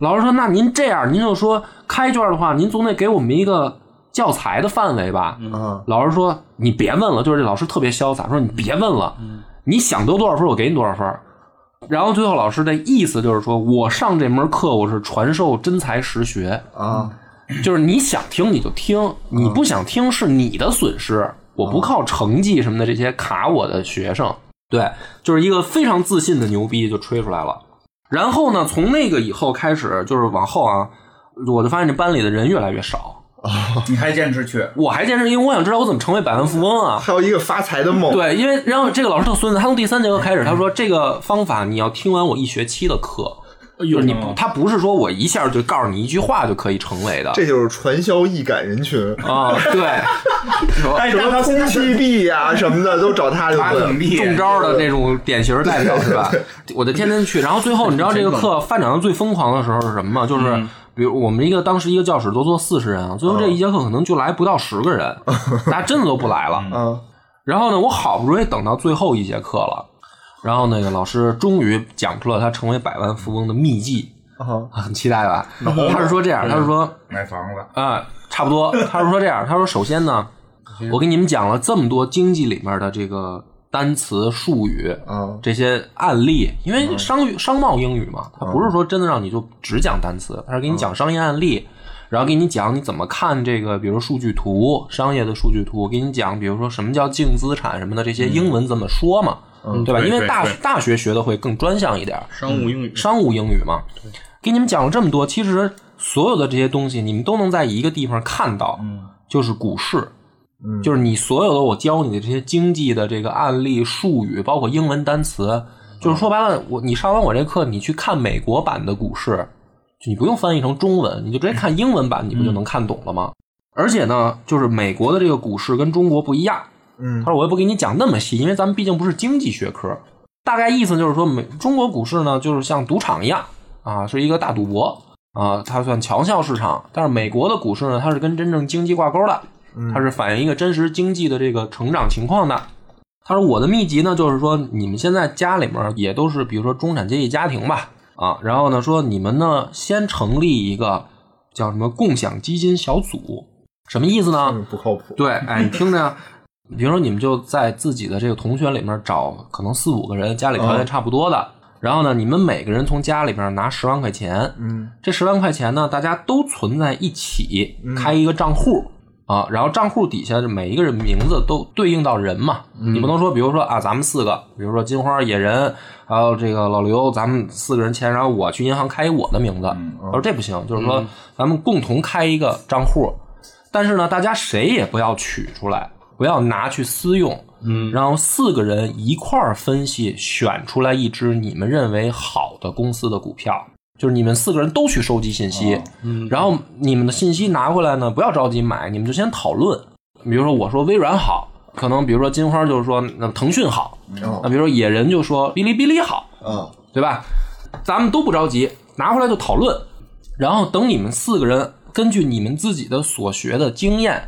Speaker 2: 老师说，那您这样，您就说开卷的话，您总得给我们一个教材的范围
Speaker 4: 嗯
Speaker 2: 吧。
Speaker 3: 啊
Speaker 2: 老师说，你别问了，就是这老师特别潇洒，说你别问了，你想得多少分，我给你多少分。然后最后老师的意思就是说，我上这门课我是传授真才实学，
Speaker 3: 啊
Speaker 2: 就是你想听你就听，你不想听是你的损失，我不靠成绩什么的这些卡我的学生。对，就是一个非常自信的牛逼就吹出来了。然后呢，从那个以后开始，就是往后啊，我就发现这班里的人越来越少。
Speaker 1: 你还坚持去？
Speaker 2: 我还健身，因为我想知道我怎么成为百万富翁啊。
Speaker 3: 还有一个发财的梦，
Speaker 2: 对，因为然后这个老师特孙子，他从第三节课开始，他说这个方法你要听完我一学期的课，就是你不，他不是说我一下就告诉你一句话就可以成为的。
Speaker 3: 这就是传销易感人群。
Speaker 2: 啊，对，
Speaker 1: 哎，
Speaker 3: 什
Speaker 1: 让
Speaker 3: 么
Speaker 1: 他
Speaker 3: 空气币呀、什么的都找他就
Speaker 1: 他
Speaker 3: 对
Speaker 1: 怎么
Speaker 3: 了。
Speaker 1: 地？
Speaker 2: 中招的那种典型代表是吧？我就天天去，然后最后你知道这个嗯课发展到最疯狂的时候是什么吗？就是比如我们一个当时一个教室都坐四十人啊，最后这一节课可能就来不到十个人，大家真的都不来了。
Speaker 3: 啊
Speaker 2: 然后呢，我好不容易等到最后一节课了，然后那个老师终于讲出了他成为百万富翁的秘籍，
Speaker 3: 啊
Speaker 2: 啊很期待吧？他是说这样，他是说。
Speaker 1: 买房子，
Speaker 2: 啊，差不多。他是说这样，他说首先呢，我给你们讲了这么多经济里面的这个单词术语
Speaker 4: 嗯
Speaker 3: 啊
Speaker 2: 这些案例，因为商语商贸英语嘛，它不是
Speaker 4: 嗯
Speaker 2: 说真的让你就只讲单词，它是给你讲商业案例。然后给你讲你怎么看这个，比如数据图、商业的数据图，给你讲，比如说什么叫净资产什么的，这些英文怎么说嘛，对吧？
Speaker 4: 嗯对
Speaker 2: 因为
Speaker 4: 对
Speaker 2: 大
Speaker 4: 对
Speaker 2: 大学学的会更专项一点儿，
Speaker 4: 商务英语
Speaker 2: 商务英语嘛。给你们讲了这么多，其实所有的这些东西，你们都能在一个地方看到，
Speaker 4: 嗯
Speaker 2: 就是股市，就是你所有的我教你的这些经济的这个案例、术语，包括英文单
Speaker 4: 嗯
Speaker 2: 词，就是说白了，我你上完我这课，你去看美国版的股市，就你不用翻译成中文，你就直接看英文版，你不
Speaker 4: 嗯
Speaker 2: 就能看懂了吗？而且呢，就是美国的这个股市跟中国不一样，
Speaker 3: 嗯
Speaker 2: 他说我也不给你讲那么细，因为咱们毕竟不是经济学科。大概意思就是说，美中国股市呢，就是像赌场一样啊，是一个大赌博啊，它算强效市场。但是美国的股市呢，它是跟真正经济挂钩的，它是反映一个真实经济的这个成长情况的。他说我的秘籍呢，就是说你们现在家里面也都是，比如说中产阶级家庭吧，啊，然后呢说你们呢先成立一个叫什么共享基金小组，什么意思呢？
Speaker 3: 嗯不靠谱。
Speaker 2: 对，哎，你听着呀，比如说你们就在自己的这个同学里面找可能四五个人，家里条件差不多的，然后呢，你们每个人从家里边拿十万块钱，
Speaker 3: 嗯
Speaker 2: 这十万块钱呢，大家都存在一起，开一个账户。啊，然后账户底下的每一个人名字都对应到人嘛，你不能说，比如说啊，咱们四个，比如说金花、野人，还有这个老刘，咱们四个人签，然后我去银行开一我的名字，我说这不行，就是说咱们共同开一个账户，但是呢，大家谁也不要取出来，不要拿去私用，嗯，然后四个人一块儿分析，选出来一只你们认为好的公司的股票。就是你们四个人都去收集信息，然后你们的信息拿回来呢，不要着急买，你们就先讨论。比如说我说微软好，可能比如说金花就是说那腾讯好，那比如说野人就说哔哩哔哩好，
Speaker 3: 啊，
Speaker 2: 对吧？咱们都不着急，拿回来就讨论，然后等你们四个人根据你们自己的所学的经验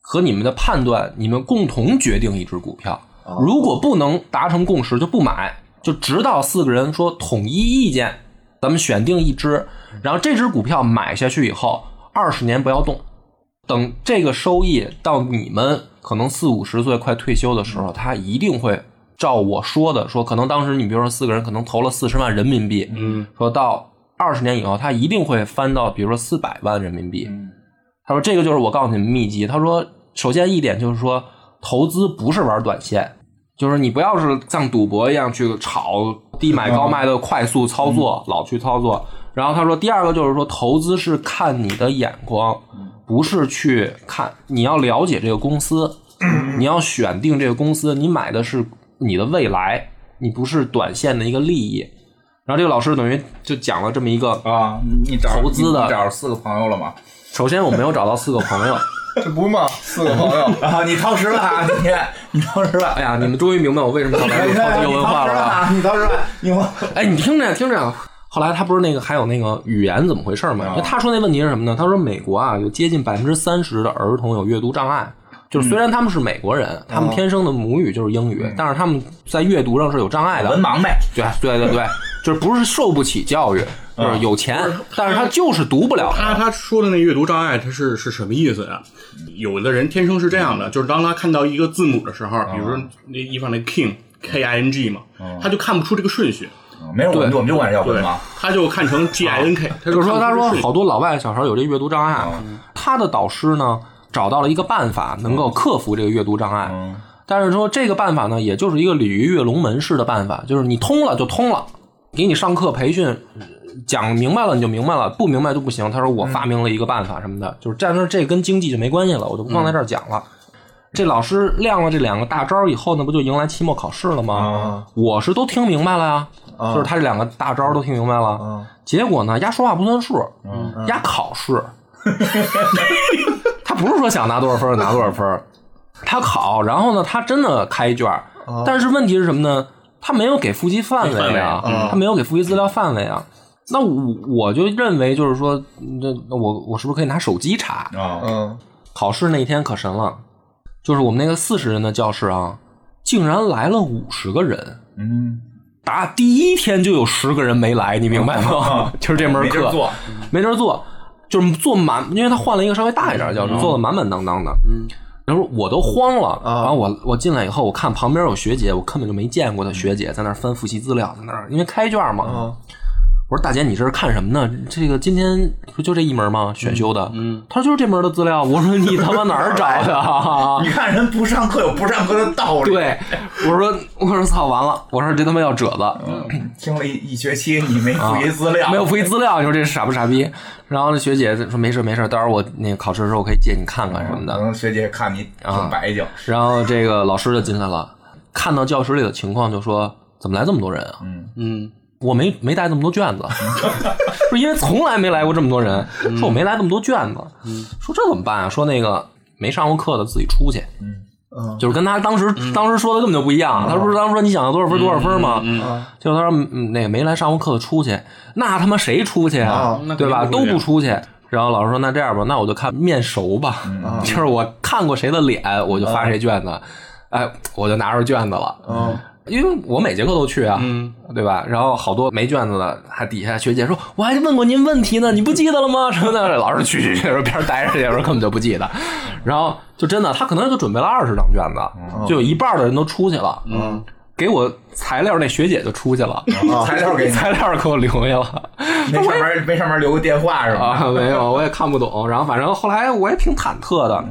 Speaker 2: 和你们的判断，你们共同决定一只股票。如果不能达成共识，就不买，就直到四个人说统一意见，咱们选定一只，然后这只股票买下去以后，二十年不要动，等这个收益到你们可能四五十岁快退休的时候，它一定会照我说的说，可能当时你比如说四个人可能投了四十万人民币，嗯，说到二十年以后，它一定会翻到比如说四百万人民币。他说这个就是我告诉你们秘籍。他说，首先一点就是说，投资不是玩短线，就是你不要是像赌博一样去炒低买高卖的
Speaker 1: 嗯
Speaker 2: 快速操作，老去操作。然后他说，第二个就是说，投资是看你的眼光，
Speaker 1: 嗯
Speaker 2: 不是去看。你要了解这个公司，
Speaker 1: 嗯
Speaker 2: 你要选定这个公司，你买的是你的未来，你不是短线的一个利益。然后这个老师等于就讲了这么一个，
Speaker 1: 啊，你找
Speaker 2: 投资的
Speaker 1: 你找四个朋友了吗？
Speaker 2: 首先我没有找到四个朋友。
Speaker 3: 这不是吗？四个朋 友
Speaker 1: 啊，你超时了 啊，今天你超时了
Speaker 2: 哎。呀，你们终于明白我为什么要来这
Speaker 1: 你
Speaker 2: 个超级有文化了啊吧？
Speaker 1: 啊看，你当时你我
Speaker 2: 哎，你听着，听着。后来他不是那个还有那个语言怎么回事嘛？因为他说那问题是什么呢？他说美国啊有接近百分之三十的儿童有阅读障碍，就是虽然他们是美国人，他们天生的母语就是英语，但是他们在阅读上是有障碍的。
Speaker 1: 文盲呗，
Speaker 2: 对对对 对，就是不是受不起教育，就是有钱，但是他就是读不了。
Speaker 4: 他他说的那阅读障碍，他是是什么意思呀、有的人天生是这样的，就是当他看到一个字母的时候，比如
Speaker 2: 啊
Speaker 4: 说那一方那 king k i n g 嘛，
Speaker 2: 嗯
Speaker 4: 他就看不出这个顺序，
Speaker 1: 没事，我们就我们就管这叫
Speaker 4: 对
Speaker 1: 文盲。，
Speaker 4: 他就看成 g i n k，他
Speaker 2: 啊就是说，嗯
Speaker 4: 看
Speaker 2: 他
Speaker 4: 不出
Speaker 2: 说
Speaker 4: 顺序
Speaker 2: 好多老外小孩有这阅读障碍，他的导师呢找到了一个办法，能够克服这个阅读障碍。但是说这个办法呢，也就是一个鲤鱼跃龙门式的办法，就是你通了就通了，给你上课培训，讲明白了你就明白了，不明白就不行。他说我发明了一个办法什么的，就是但是这跟经济就没关系了，我就不放在这儿讲了。这老师亮了这两个大招以后，那不就迎来期末考试了吗？我是都听明白了呀，就是他这两个大招都听明白了。结果呢，丫说话不算数，丫考试， 他不是说想拿多少分儿拿多少分儿，他考，然后呢，他真的开卷儿，但是问题是什么呢？他没有给复习范
Speaker 4: 范
Speaker 2: 围
Speaker 4: 围
Speaker 2: 啊，
Speaker 4: 嗯
Speaker 2: 他没有给复习资料范围啊。那我我就认为就是说，那那我我是不是可以拿手机查？
Speaker 1: 啊，
Speaker 3: 嗯，
Speaker 2: 考试那天可神了，就是我们那个四十人的教室啊，竟然来了五十个人。
Speaker 1: 嗯，
Speaker 2: 打第一天就有十个人没来，你明白吗？ 就是这门
Speaker 1: 啊没地
Speaker 2: 课
Speaker 1: 儿坐，
Speaker 2: 没地儿坐，就是坐满，因为他换了一个稍微大一点的教
Speaker 1: 嗯
Speaker 2: 室，坐的满满当当的。嗯，然后我都慌了，然后我我进来以后，我看旁边有学姐，我根本就没见过的学姐在那儿翻复习资料，在那儿因为开卷嘛。我说大姐，你这是看什么呢？这个今天不就这一门吗？选修的。嗯，她说就是这门的资料。我说你他妈哪儿找的啊？
Speaker 1: 你看人不上课有不上课的道理。，
Speaker 2: 对，我说我说操，完了，我说这他妈要褶子。
Speaker 1: 嗯听了一一学期你没复习资料，
Speaker 2: 没有复习资料，你说这傻不傻逼？然后那学姐说没事没事，到时候我那个考试的时候我可以借你看看什么
Speaker 1: 可
Speaker 2: 的。啊
Speaker 1: 能嗯学姐看你挺白净，
Speaker 2: 然后这个老师就进来了，看到教室里的情况就说：“怎么来这么多人啊？”
Speaker 4: 嗯，
Speaker 2: 我没没带这么多卷子，说因为从来没来过这么多人，说我没来这么多卷子，说这怎么办啊？说那个没上过课的自己出去，
Speaker 3: 嗯
Speaker 2: 就是跟他当时当时说的根本就不一样。他不是当时说你想要多少分多少分吗？结果他说嗯那个没来上过课的出去，那他妈谁出去啊
Speaker 3: 啊？
Speaker 4: 那肯定
Speaker 2: 对吧？
Speaker 4: 不
Speaker 2: 都
Speaker 4: 会
Speaker 2: 不出去。然后老师说：“那这样吧，那我就看面熟吧，就是我看过谁的脸，我就发谁卷子。哎，我就拿着卷子了。
Speaker 3: 嗯，
Speaker 2: 因为我每节课都去啊，对吧？然后好多没卷子的，还底下学姐说我还问过您问题呢，你不记得了吗？ 什么的，老师去去去，说边儿待着去，说根本就不记得。然后就真的，他可能就准备了二十张卷子，就有一半的人都出去了。嗯，给我材料那学姐就出去了，
Speaker 1: 材料给你，
Speaker 2: 材料给我留下了。
Speaker 1: 没上班没上班留个电话是吧？
Speaker 2: 啊 啊，没有，我也看不懂。然后反正后来我也挺忐忑的，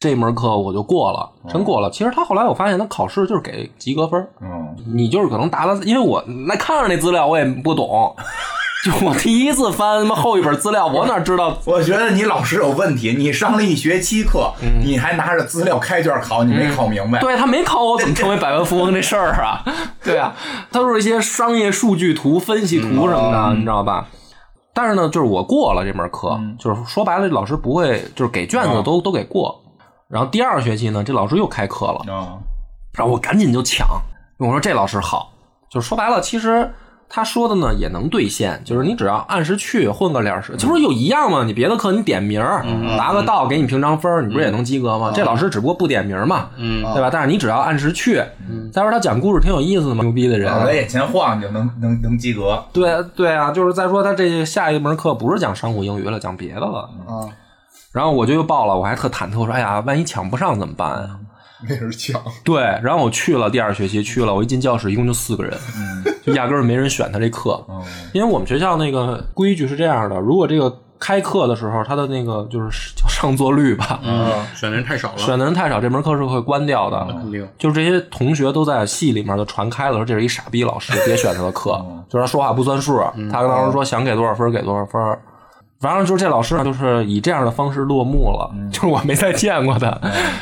Speaker 2: 这门课我就过了，真过了。其实他后来我发现，他考试就是给及格分儿，
Speaker 1: 嗯，
Speaker 2: 你就是可能达到，因为我那看着那资料我也 不懂，就我第一次翻他妈后一本资料，我哪知道？
Speaker 1: 我觉得你老师有问题，你上了一学期课，你还拿着资料开卷考，你没考明白。
Speaker 2: 嗯对他没考我怎么成为百万富翁这事儿啊？ 对啊，他都是一些商业数据图、分析图什么的，你知道吧？但是呢，就是我过了这门课，就是说白了，老师不会就是给卷子都、都给过。然后第二学期呢，这老师又开课了，
Speaker 1: 啊，
Speaker 2: 然后我赶紧就抢，我说这老师好，就说白了，其实他说的呢也能兑现，就是你只要按时去混个脸时，就是有一样嘛，你别的课你点名儿
Speaker 4: 嗯
Speaker 2: 答个到给你平常分儿，你不是也能及格吗？这老师只不过不点名儿嘛，
Speaker 4: 嗯
Speaker 2: 对吧？但是你只要按时去，再说他讲故事挺有意思的嘛，牛逼的人，
Speaker 4: 啊
Speaker 1: 脑袋眼前晃就能能能及格。
Speaker 2: 对对啊，就是再说他这下一门课不是讲商务英语了，讲别的了，
Speaker 3: 啊，
Speaker 2: 然后我就又报了，我还特忐忑，我说哎呀，万一抢不上怎么办啊？
Speaker 3: 没人抢，
Speaker 2: 对，然后我去了第二学期，去了，我一进教室，一共就四个人，
Speaker 4: 嗯
Speaker 2: 就压根儿没人选他这课，
Speaker 4: 哦
Speaker 2: 因为我们学校那个规矩是这样的，如果这个开课的时候，他的那个就是叫上座率吧，
Speaker 4: 嗯，选的人太少了，
Speaker 2: 选的人太少，这门课是会关掉的。
Speaker 4: 肯定
Speaker 2: 就是这些同学都在系里面就传开了，说这是一傻逼老师，别选他的课，
Speaker 4: 哦
Speaker 2: 就是他说话不算数，
Speaker 4: 嗯
Speaker 2: 他当时说想给多少分儿给多少分儿。反正就是这老师呢，就是以这样的方式落幕了，
Speaker 4: 嗯
Speaker 2: 就是我没再见过他，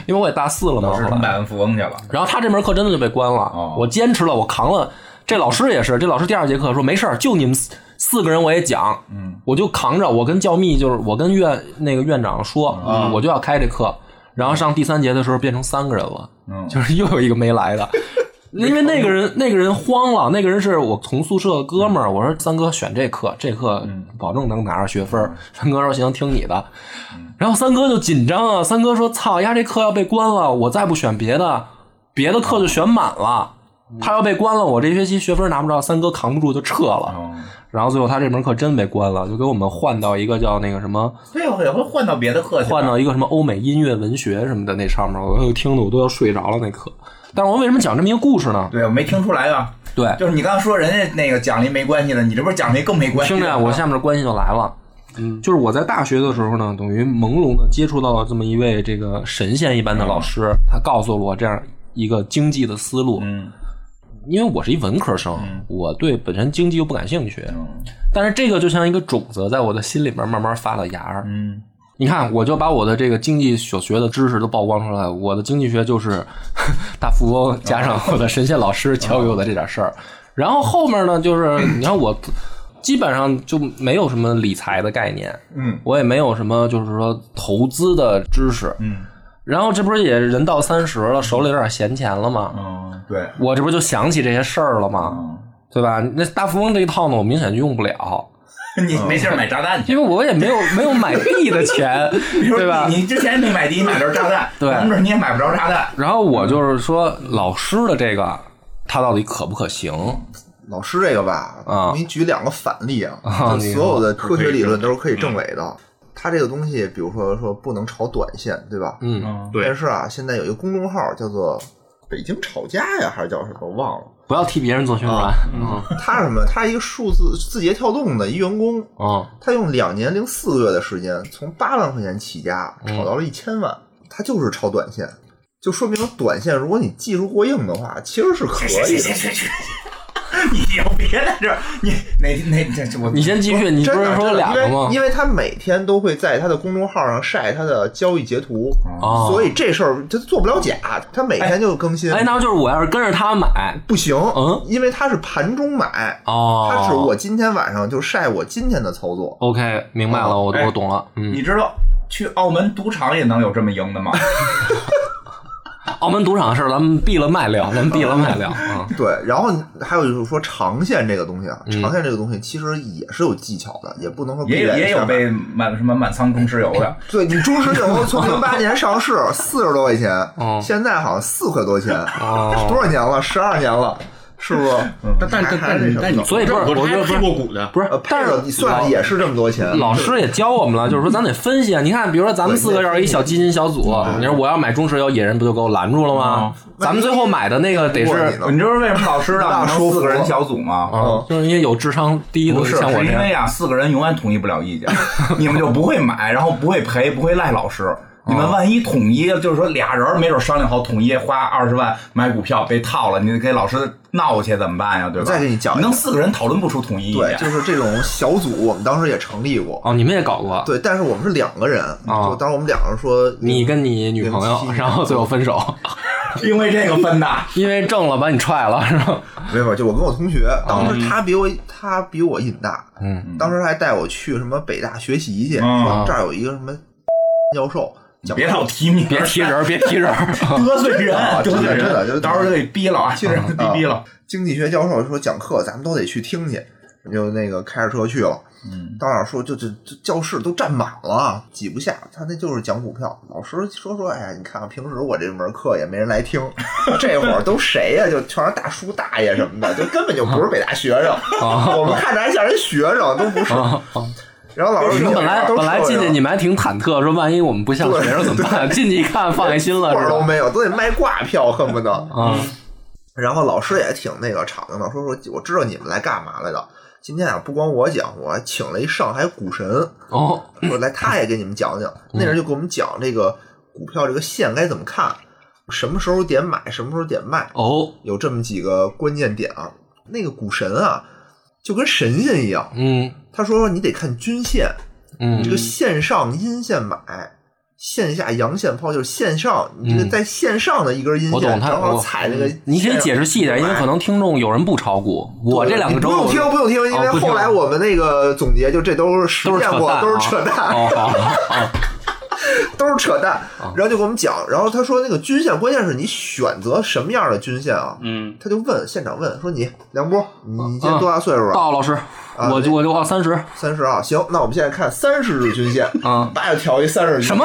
Speaker 2: 因为我也大四了嘛，
Speaker 1: 老师
Speaker 2: 后
Speaker 1: 成
Speaker 2: 来
Speaker 1: 百万富翁去了。
Speaker 2: 然后他这门课真的就被关了。
Speaker 1: 哦
Speaker 2: 我坚持了，我扛了。这老师也是，这老师第二节课说没事儿，就你们四四个人我也讲，嗯，我就扛着。我跟教秘就是我跟院那个院长说，
Speaker 1: 嗯
Speaker 2: 嗯我就要开这课。然后上第三节的时候变成三个人了，
Speaker 1: 嗯
Speaker 2: 就是又有一个没 来的。因为那个人，那个人慌了，那个人是我同宿舍的哥们儿。我说三哥选这课，这课
Speaker 1: 嗯
Speaker 2: 保证能拿着学分儿。三哥说行，听你的。
Speaker 1: 嗯
Speaker 2: 然后三哥就紧张啊，三哥说操呀，这课要被关了，我再不选别的，别的课就选满了。他要被关了，我这学期学分拿不着，三哥扛不住就撤了。
Speaker 1: 哦，
Speaker 2: 然后最后他这门课真被关了，就给我们换到一个叫那个什么，
Speaker 1: 对，我也会换到别的课去。
Speaker 2: 换到一个什么欧美音乐文学什么的那上面，我听的我都要睡着了那课。但是我为什么讲这么一个故事呢？
Speaker 1: 对，我没听出来啊。
Speaker 2: 对，
Speaker 1: 就是你刚刚说人家那个奖励没关系的，你这不是奖励更没关系
Speaker 2: 听
Speaker 1: 了吗？
Speaker 2: 着啊，我下面的关系就来了。嗯，就是我在大学的时候呢，等于朦胧的接触到了这么一位这个神仙一般的
Speaker 1: 嗯
Speaker 2: 老师，他告诉了我这样一个经济的思路。
Speaker 1: 嗯
Speaker 2: 因为我是一文科生，我对本身经济又不感兴趣，
Speaker 1: 嗯
Speaker 2: 但是这个就像一个种子，在我的心里面慢慢发了芽儿。
Speaker 1: 嗯，
Speaker 2: 你看，我就把我的这个经济所学的知识都曝光出来。我的经济学就是 大富翁加上我的神仙老师教给我的这点事
Speaker 1: 嗯
Speaker 2: 儿。然后后面 呢，就是你看我基本上就没有什么理财的概念，
Speaker 1: 嗯，
Speaker 2: 我也没有什么就是说投资的知识，
Speaker 1: 嗯。
Speaker 2: 然后这不是也人到三十了，手里有点闲钱了吗？
Speaker 1: 嗯，对，
Speaker 2: 我这不就想起这些事儿了吗？
Speaker 1: 嗯，
Speaker 2: 对吧？那大富翁这一套呢，我明显就用不了，
Speaker 1: 你
Speaker 2: 嗯
Speaker 1: 没事儿买炸弹去，
Speaker 2: 因为我也没有没有买币的钱，
Speaker 1: 比如
Speaker 2: 对吧？
Speaker 1: 你之前没买地，你买的是炸弹，
Speaker 2: 对
Speaker 1: 没准你也买不着炸弹。
Speaker 2: 然后我就是说，老师的这个他到底可不可行？
Speaker 3: 老师这个吧，
Speaker 2: 啊
Speaker 3: 我给你举两个反例啊，
Speaker 2: 啊
Speaker 3: 就
Speaker 2: 你
Speaker 3: 所有的科学理论
Speaker 4: 嗯
Speaker 3: 都是可以证伪的。它这个东西，比如说说不能炒短线，对吧？
Speaker 2: 嗯，
Speaker 1: 嗯，
Speaker 4: 对
Speaker 3: 但是啊，现在有一个公众号叫做“北京吵架”呀，还是叫什么？我忘了。
Speaker 2: 不要替别人做宣传。嗯
Speaker 3: 他是什么？他是一个数字字节跳动的一员工，
Speaker 2: 嗯
Speaker 3: 他用两年零四个月的时间，从八万块钱起家，炒到了一千万。他就是炒短线，就说明短线，如果你技术过硬的话，其实是可
Speaker 1: 去
Speaker 3: 以
Speaker 1: 去去。
Speaker 3: 的
Speaker 1: 去 去，你就别在这儿，你哪哪这这我
Speaker 2: 你先继续，你
Speaker 3: 真
Speaker 2: 不
Speaker 3: 的
Speaker 2: 是
Speaker 3: 真
Speaker 2: 说
Speaker 3: 的
Speaker 2: 俩个
Speaker 3: 因
Speaker 2: 吗
Speaker 3: 为？因为他每天都会在他的公众号上晒他的交易截图，
Speaker 2: 哦
Speaker 3: 所以这事儿他做不了假，他每天就更新。
Speaker 2: 哎，那就是我要是跟着他买
Speaker 3: 不行，
Speaker 2: 嗯
Speaker 3: 因为他是盘中买，
Speaker 2: 哦，
Speaker 3: 他是我今天晚上就晒我今天的操作。
Speaker 2: OK，明白了，我
Speaker 1: 哎
Speaker 2: 我懂了。嗯，
Speaker 1: 你知道去澳门赌场也能有这么赢的 吗？
Speaker 2: 澳门赌场的事儿咱们闭了卖了，咱们闭了卖 了。嗯
Speaker 3: 对，然后还有就是说长线这个东西啊，长线这个东西其实也是有技巧的，也不能说
Speaker 1: 也有
Speaker 3: 必然
Speaker 1: 也有
Speaker 3: 下买
Speaker 1: 被满什么满仓中石油 的，
Speaker 3: 对你中石油从零八年上市，四十多块钱
Speaker 2: 嗯，
Speaker 3: 现在好像四块多钱，
Speaker 2: 哦
Speaker 3: 多少年了？十二年了，是不是？
Speaker 1: 嗯
Speaker 4: 但但
Speaker 3: 还
Speaker 4: 但
Speaker 3: 还是
Speaker 4: 但你
Speaker 3: 什么
Speaker 4: 但你
Speaker 2: 所以不是我就
Speaker 4: 还
Speaker 2: 不
Speaker 4: 配
Speaker 2: 是
Speaker 4: 过股的，
Speaker 2: 不是
Speaker 3: 呃，，
Speaker 2: 但
Speaker 3: 配
Speaker 2: 是
Speaker 3: 了你算
Speaker 2: 老
Speaker 3: 也是这么多钱。
Speaker 2: 老师也教我们了，就是说咱得分析。啊你看，比如说咱们四个要是一小基金小组，你说我要买中石油，野人不就给我拦住了吗？咱们最后买的那个得
Speaker 3: 不过
Speaker 2: 是
Speaker 3: 你呢
Speaker 1: 你知道为什么老师让你能四个人小组吗？
Speaker 2: 啊，就是因为有智商低的
Speaker 1: 不是，
Speaker 2: 像我
Speaker 1: 是因
Speaker 2: 这样
Speaker 1: 为啊，四个人永远统一不了意见，你们就不会买，然后不会赔，不会赖老师。你
Speaker 3: 嗯
Speaker 1: 们万一统一，就是说俩人没准商量好统一花二十万买股票被套了，你给老师闹去怎么办呀？对吧？
Speaker 3: 我再给你讲一个
Speaker 1: 你弄四个人讨论不出统一意
Speaker 3: 对，
Speaker 1: 见。
Speaker 3: 就是这种小组，我们当时也成立过。
Speaker 2: 哦，你们也搞过？
Speaker 3: 对，但是我们是两个人，
Speaker 2: 啊
Speaker 3: 就当时我们两个人说，
Speaker 2: 你跟你女朋
Speaker 3: 零
Speaker 2: 友，
Speaker 3: 七
Speaker 2: 然后最后分手，
Speaker 1: 因为这个分 的，
Speaker 2: 因为挣了把你踹了，是吧？
Speaker 3: 没有，就我跟我同学，当
Speaker 1: 嗯
Speaker 3: 时他比我他比我瘾大，
Speaker 2: 嗯，
Speaker 3: 当时还带我去什么北大学习去，
Speaker 1: 嗯
Speaker 3: 说这儿有一个什么教授讲
Speaker 1: 别老提 名，
Speaker 2: 别提人儿，别提人儿。
Speaker 1: 得罪人，得
Speaker 3: 啊真的
Speaker 1: 罪
Speaker 3: 真的
Speaker 1: 人，
Speaker 3: 就嗯是
Speaker 1: 到时候 就给逼 了啊！现在逼逼了，
Speaker 3: 经济学教授说讲课，咱们都得去听去，我们就那个开着车去了。
Speaker 1: 嗯，
Speaker 3: 到那儿说就这这教室都占满了，挤不下。他那就是讲股票，老师说说，哎呀，你看看平时我这门课也没人来 听，这会儿都谁呀、就全是大叔大爷什么的，就根本就不是北大学生。
Speaker 2: 哦
Speaker 3: 我们看着还像人学生，都不是。然后老师
Speaker 2: 你
Speaker 3: 说，哎
Speaker 2: 本来
Speaker 3: 都是
Speaker 2: 本来
Speaker 3: 社会
Speaker 2: 进去
Speaker 3: 人
Speaker 2: 你们还挺忐忑，说万一我们不像学生怎么办？ 进去一看，放下心了，
Speaker 3: 罐
Speaker 2: 是
Speaker 3: 儿都
Speaker 2: 吧？
Speaker 3: 没有，都得卖挂票，恨不得。
Speaker 2: 啊，
Speaker 3: 然后老师也挺那个敞亮的，说说我知道你们来干嘛来的。今天啊，不光我讲，我还请了一上海股神，
Speaker 2: 哦，
Speaker 3: 说来他也给你们讲 讲。那人就给我们讲这个股票这个线该怎么看，什么时候点买，什么时候点卖，
Speaker 2: 哦，
Speaker 3: 有这么几个关键点啊。那个股神啊，就跟神仙一样，
Speaker 2: 嗯
Speaker 3: 他说你得看均线，你
Speaker 2: 嗯
Speaker 3: 这个线上阴线买，线下阳线抛，就是线上你
Speaker 2: 嗯
Speaker 3: 这个在线上的一根阴
Speaker 2: 我懂
Speaker 3: 线，
Speaker 2: 他
Speaker 3: 正好
Speaker 2: 我嗯
Speaker 3: 踩那个。
Speaker 2: 你可以解释细一点，因为可能听众有人不炒股，我这两个周
Speaker 3: 你不用听，不用听，因为
Speaker 2: 哦不听
Speaker 3: 后来我们那个总结，就这都是实
Speaker 2: 都是
Speaker 3: 践
Speaker 2: 扯
Speaker 3: 过，
Speaker 2: 淡，
Speaker 3: 都是扯淡，
Speaker 2: 哦，好，好，
Speaker 3: 都是扯淡。然后就给我们讲，然后他说那个均线，关键是你选择什么样的均线啊？
Speaker 4: 嗯，
Speaker 3: 他就问现场问说你梁波，你
Speaker 2: 嗯
Speaker 3: 你今天多大岁数啊？
Speaker 2: 到老师，我就我就要三十
Speaker 3: 三十啊，行，那我们现在看三十日均线
Speaker 2: 啊，
Speaker 3: 叭就调一三十。
Speaker 2: 什？么？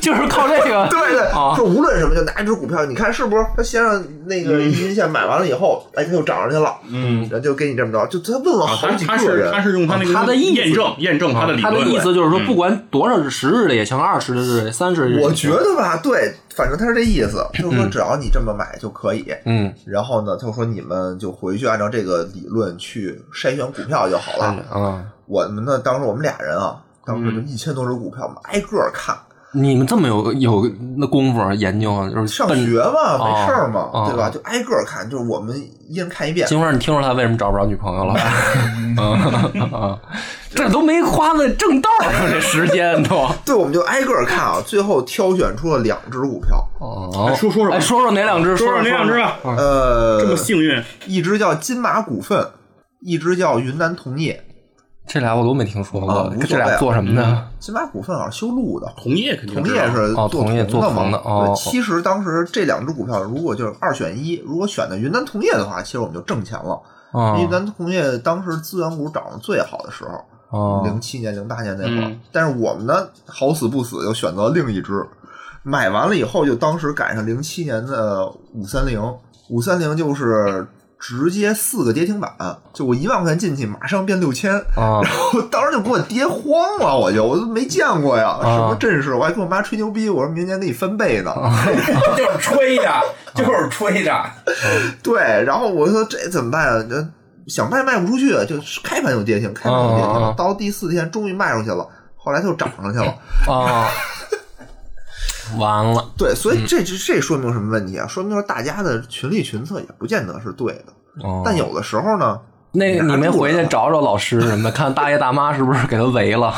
Speaker 2: 就是靠这个，
Speaker 3: 对对，
Speaker 2: 啊
Speaker 3: 说无论什么，就拿一只股票，你看是不是？他先让那个均线买完了以后，哎，它就涨上去了，
Speaker 2: 嗯
Speaker 3: 然，后就给你这么着，就他问了
Speaker 4: 啊，
Speaker 3: 好
Speaker 4: 他
Speaker 3: 几
Speaker 4: 他
Speaker 3: 个
Speaker 4: 是
Speaker 3: 人，
Speaker 4: 他是用他那个
Speaker 2: 他的意思
Speaker 4: 验证验 证他的理
Speaker 2: 他
Speaker 4: 论，
Speaker 2: 的意思就是说，
Speaker 4: 嗯
Speaker 2: 不管多少十日的也行，二十日的也行、三十日的也行，
Speaker 3: 我觉得吧，对，反正他是这意 思，就是说只要你这么买就可以。
Speaker 2: 嗯，
Speaker 3: 然后呢，他说你们就回去按照这个理论去筛选股票就好了。
Speaker 2: 啊，嗯
Speaker 3: 我们呢，当时我们俩人啊，当时就一千多只股票，我们挨个儿看。
Speaker 2: 你们这么有有那功夫啊研究啊，就是
Speaker 3: 上
Speaker 2: 奔
Speaker 3: 学嘛，没事儿嘛，
Speaker 2: 哦
Speaker 3: 对吧？
Speaker 2: 哦
Speaker 3: 就挨个儿看，就是我们一人看一 遍。
Speaker 2: 金花，你听说他为什么找不着女朋友了？啊， 这都没花在正道啊上，这时间都。
Speaker 3: 对，我们就挨个儿看啊，最后挑选出了两只股票，
Speaker 2: 哦，
Speaker 4: 说说说吧
Speaker 2: 哎说说哪两只？
Speaker 4: 说
Speaker 2: 说
Speaker 4: 说那两只啊，
Speaker 2: 哦
Speaker 4: 这么
Speaker 3: 呃，
Speaker 4: 幸运，
Speaker 3: 一只叫金马股份，一只叫云南铜业。
Speaker 2: 这俩我都没听说
Speaker 3: 啊
Speaker 2: 过
Speaker 3: 无所，谓
Speaker 2: 这俩做什么的？
Speaker 3: 金马股份好像修路的，
Speaker 4: 同业肯定
Speaker 3: 同
Speaker 4: 知道
Speaker 3: 业是
Speaker 2: 哦
Speaker 3: 做
Speaker 2: 同业做
Speaker 3: 嘛
Speaker 2: 铜的哦
Speaker 3: 对，其实当时这两只股票如果就是二选一，如果选的云南铜业的话，其实我们就挣钱了。
Speaker 2: 啊
Speaker 3: 因为云南铜业当时资源股涨得最好的时候，
Speaker 2: 啊
Speaker 3: 零七年、零八年那会儿
Speaker 4: 嗯。
Speaker 3: 但是我们呢，好死不死又选择另一只，买完了以后就当时赶上零七年的五三零，五三零就是。直接四个跌停板，就我一万块钱进去，马上变六千，
Speaker 2: 啊
Speaker 3: 我当时就给我爹慌了，我就我都没见过呀，
Speaker 2: 啊
Speaker 3: 什么阵势？我还跟我妈吹牛逼，我说明年给你翻倍呢。
Speaker 2: 啊
Speaker 1: 就是吹的，就是吹的。
Speaker 3: 对，然后我说这怎么办啊？这想卖卖不出去，就是开盘就跌停，开盘就跌停
Speaker 2: 啊啊啊
Speaker 3: 了。到第四天终于卖出去了，后来它又涨上去 了。
Speaker 2: 啊！完了，
Speaker 3: 对，所以这这这说明什么问题啊？说明说大家的群力群策也不见得是对的，
Speaker 2: 哦
Speaker 3: 但有的时候呢，
Speaker 2: 那个你没回去找找老师什么的，看大爷大妈是不是给他围了？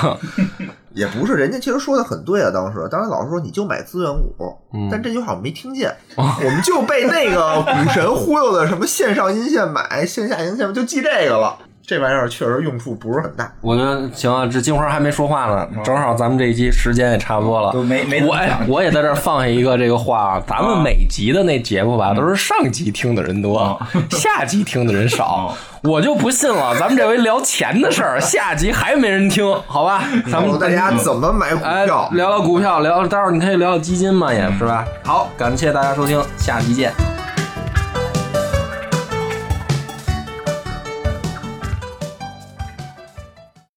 Speaker 3: 也不是，人家其实说的很对啊。当时，当时老师说你就买资源股，
Speaker 2: 嗯
Speaker 3: 但这句话我没 听见，
Speaker 2: 哦
Speaker 3: 我们就被那个股神忽悠的什么线上阴线买，线下阴线买就记这个了。这玩意儿确实用处不是很大。
Speaker 2: 我觉得行啊，这金花还没说话呢，正好咱们这一期时间也差不多了，
Speaker 1: 啊都没没怎么
Speaker 2: 我哎
Speaker 1: 讲
Speaker 2: 我也在这儿放下一个这个话啊，咱们每集的那节目吧，都是上集听的人多，
Speaker 1: 啊
Speaker 2: 下集听的人少，我就不信了，咱们这回聊钱的事儿，下集还没人听，好吧？
Speaker 1: 嗯
Speaker 2: 咱
Speaker 3: 告
Speaker 2: 们
Speaker 3: 诉大家怎么买股
Speaker 2: 哎
Speaker 3: 票
Speaker 2: 聊。聊股票，聊待会儿你可以聊聊基金嘛，也是吧？好，感谢大家收听，下集见，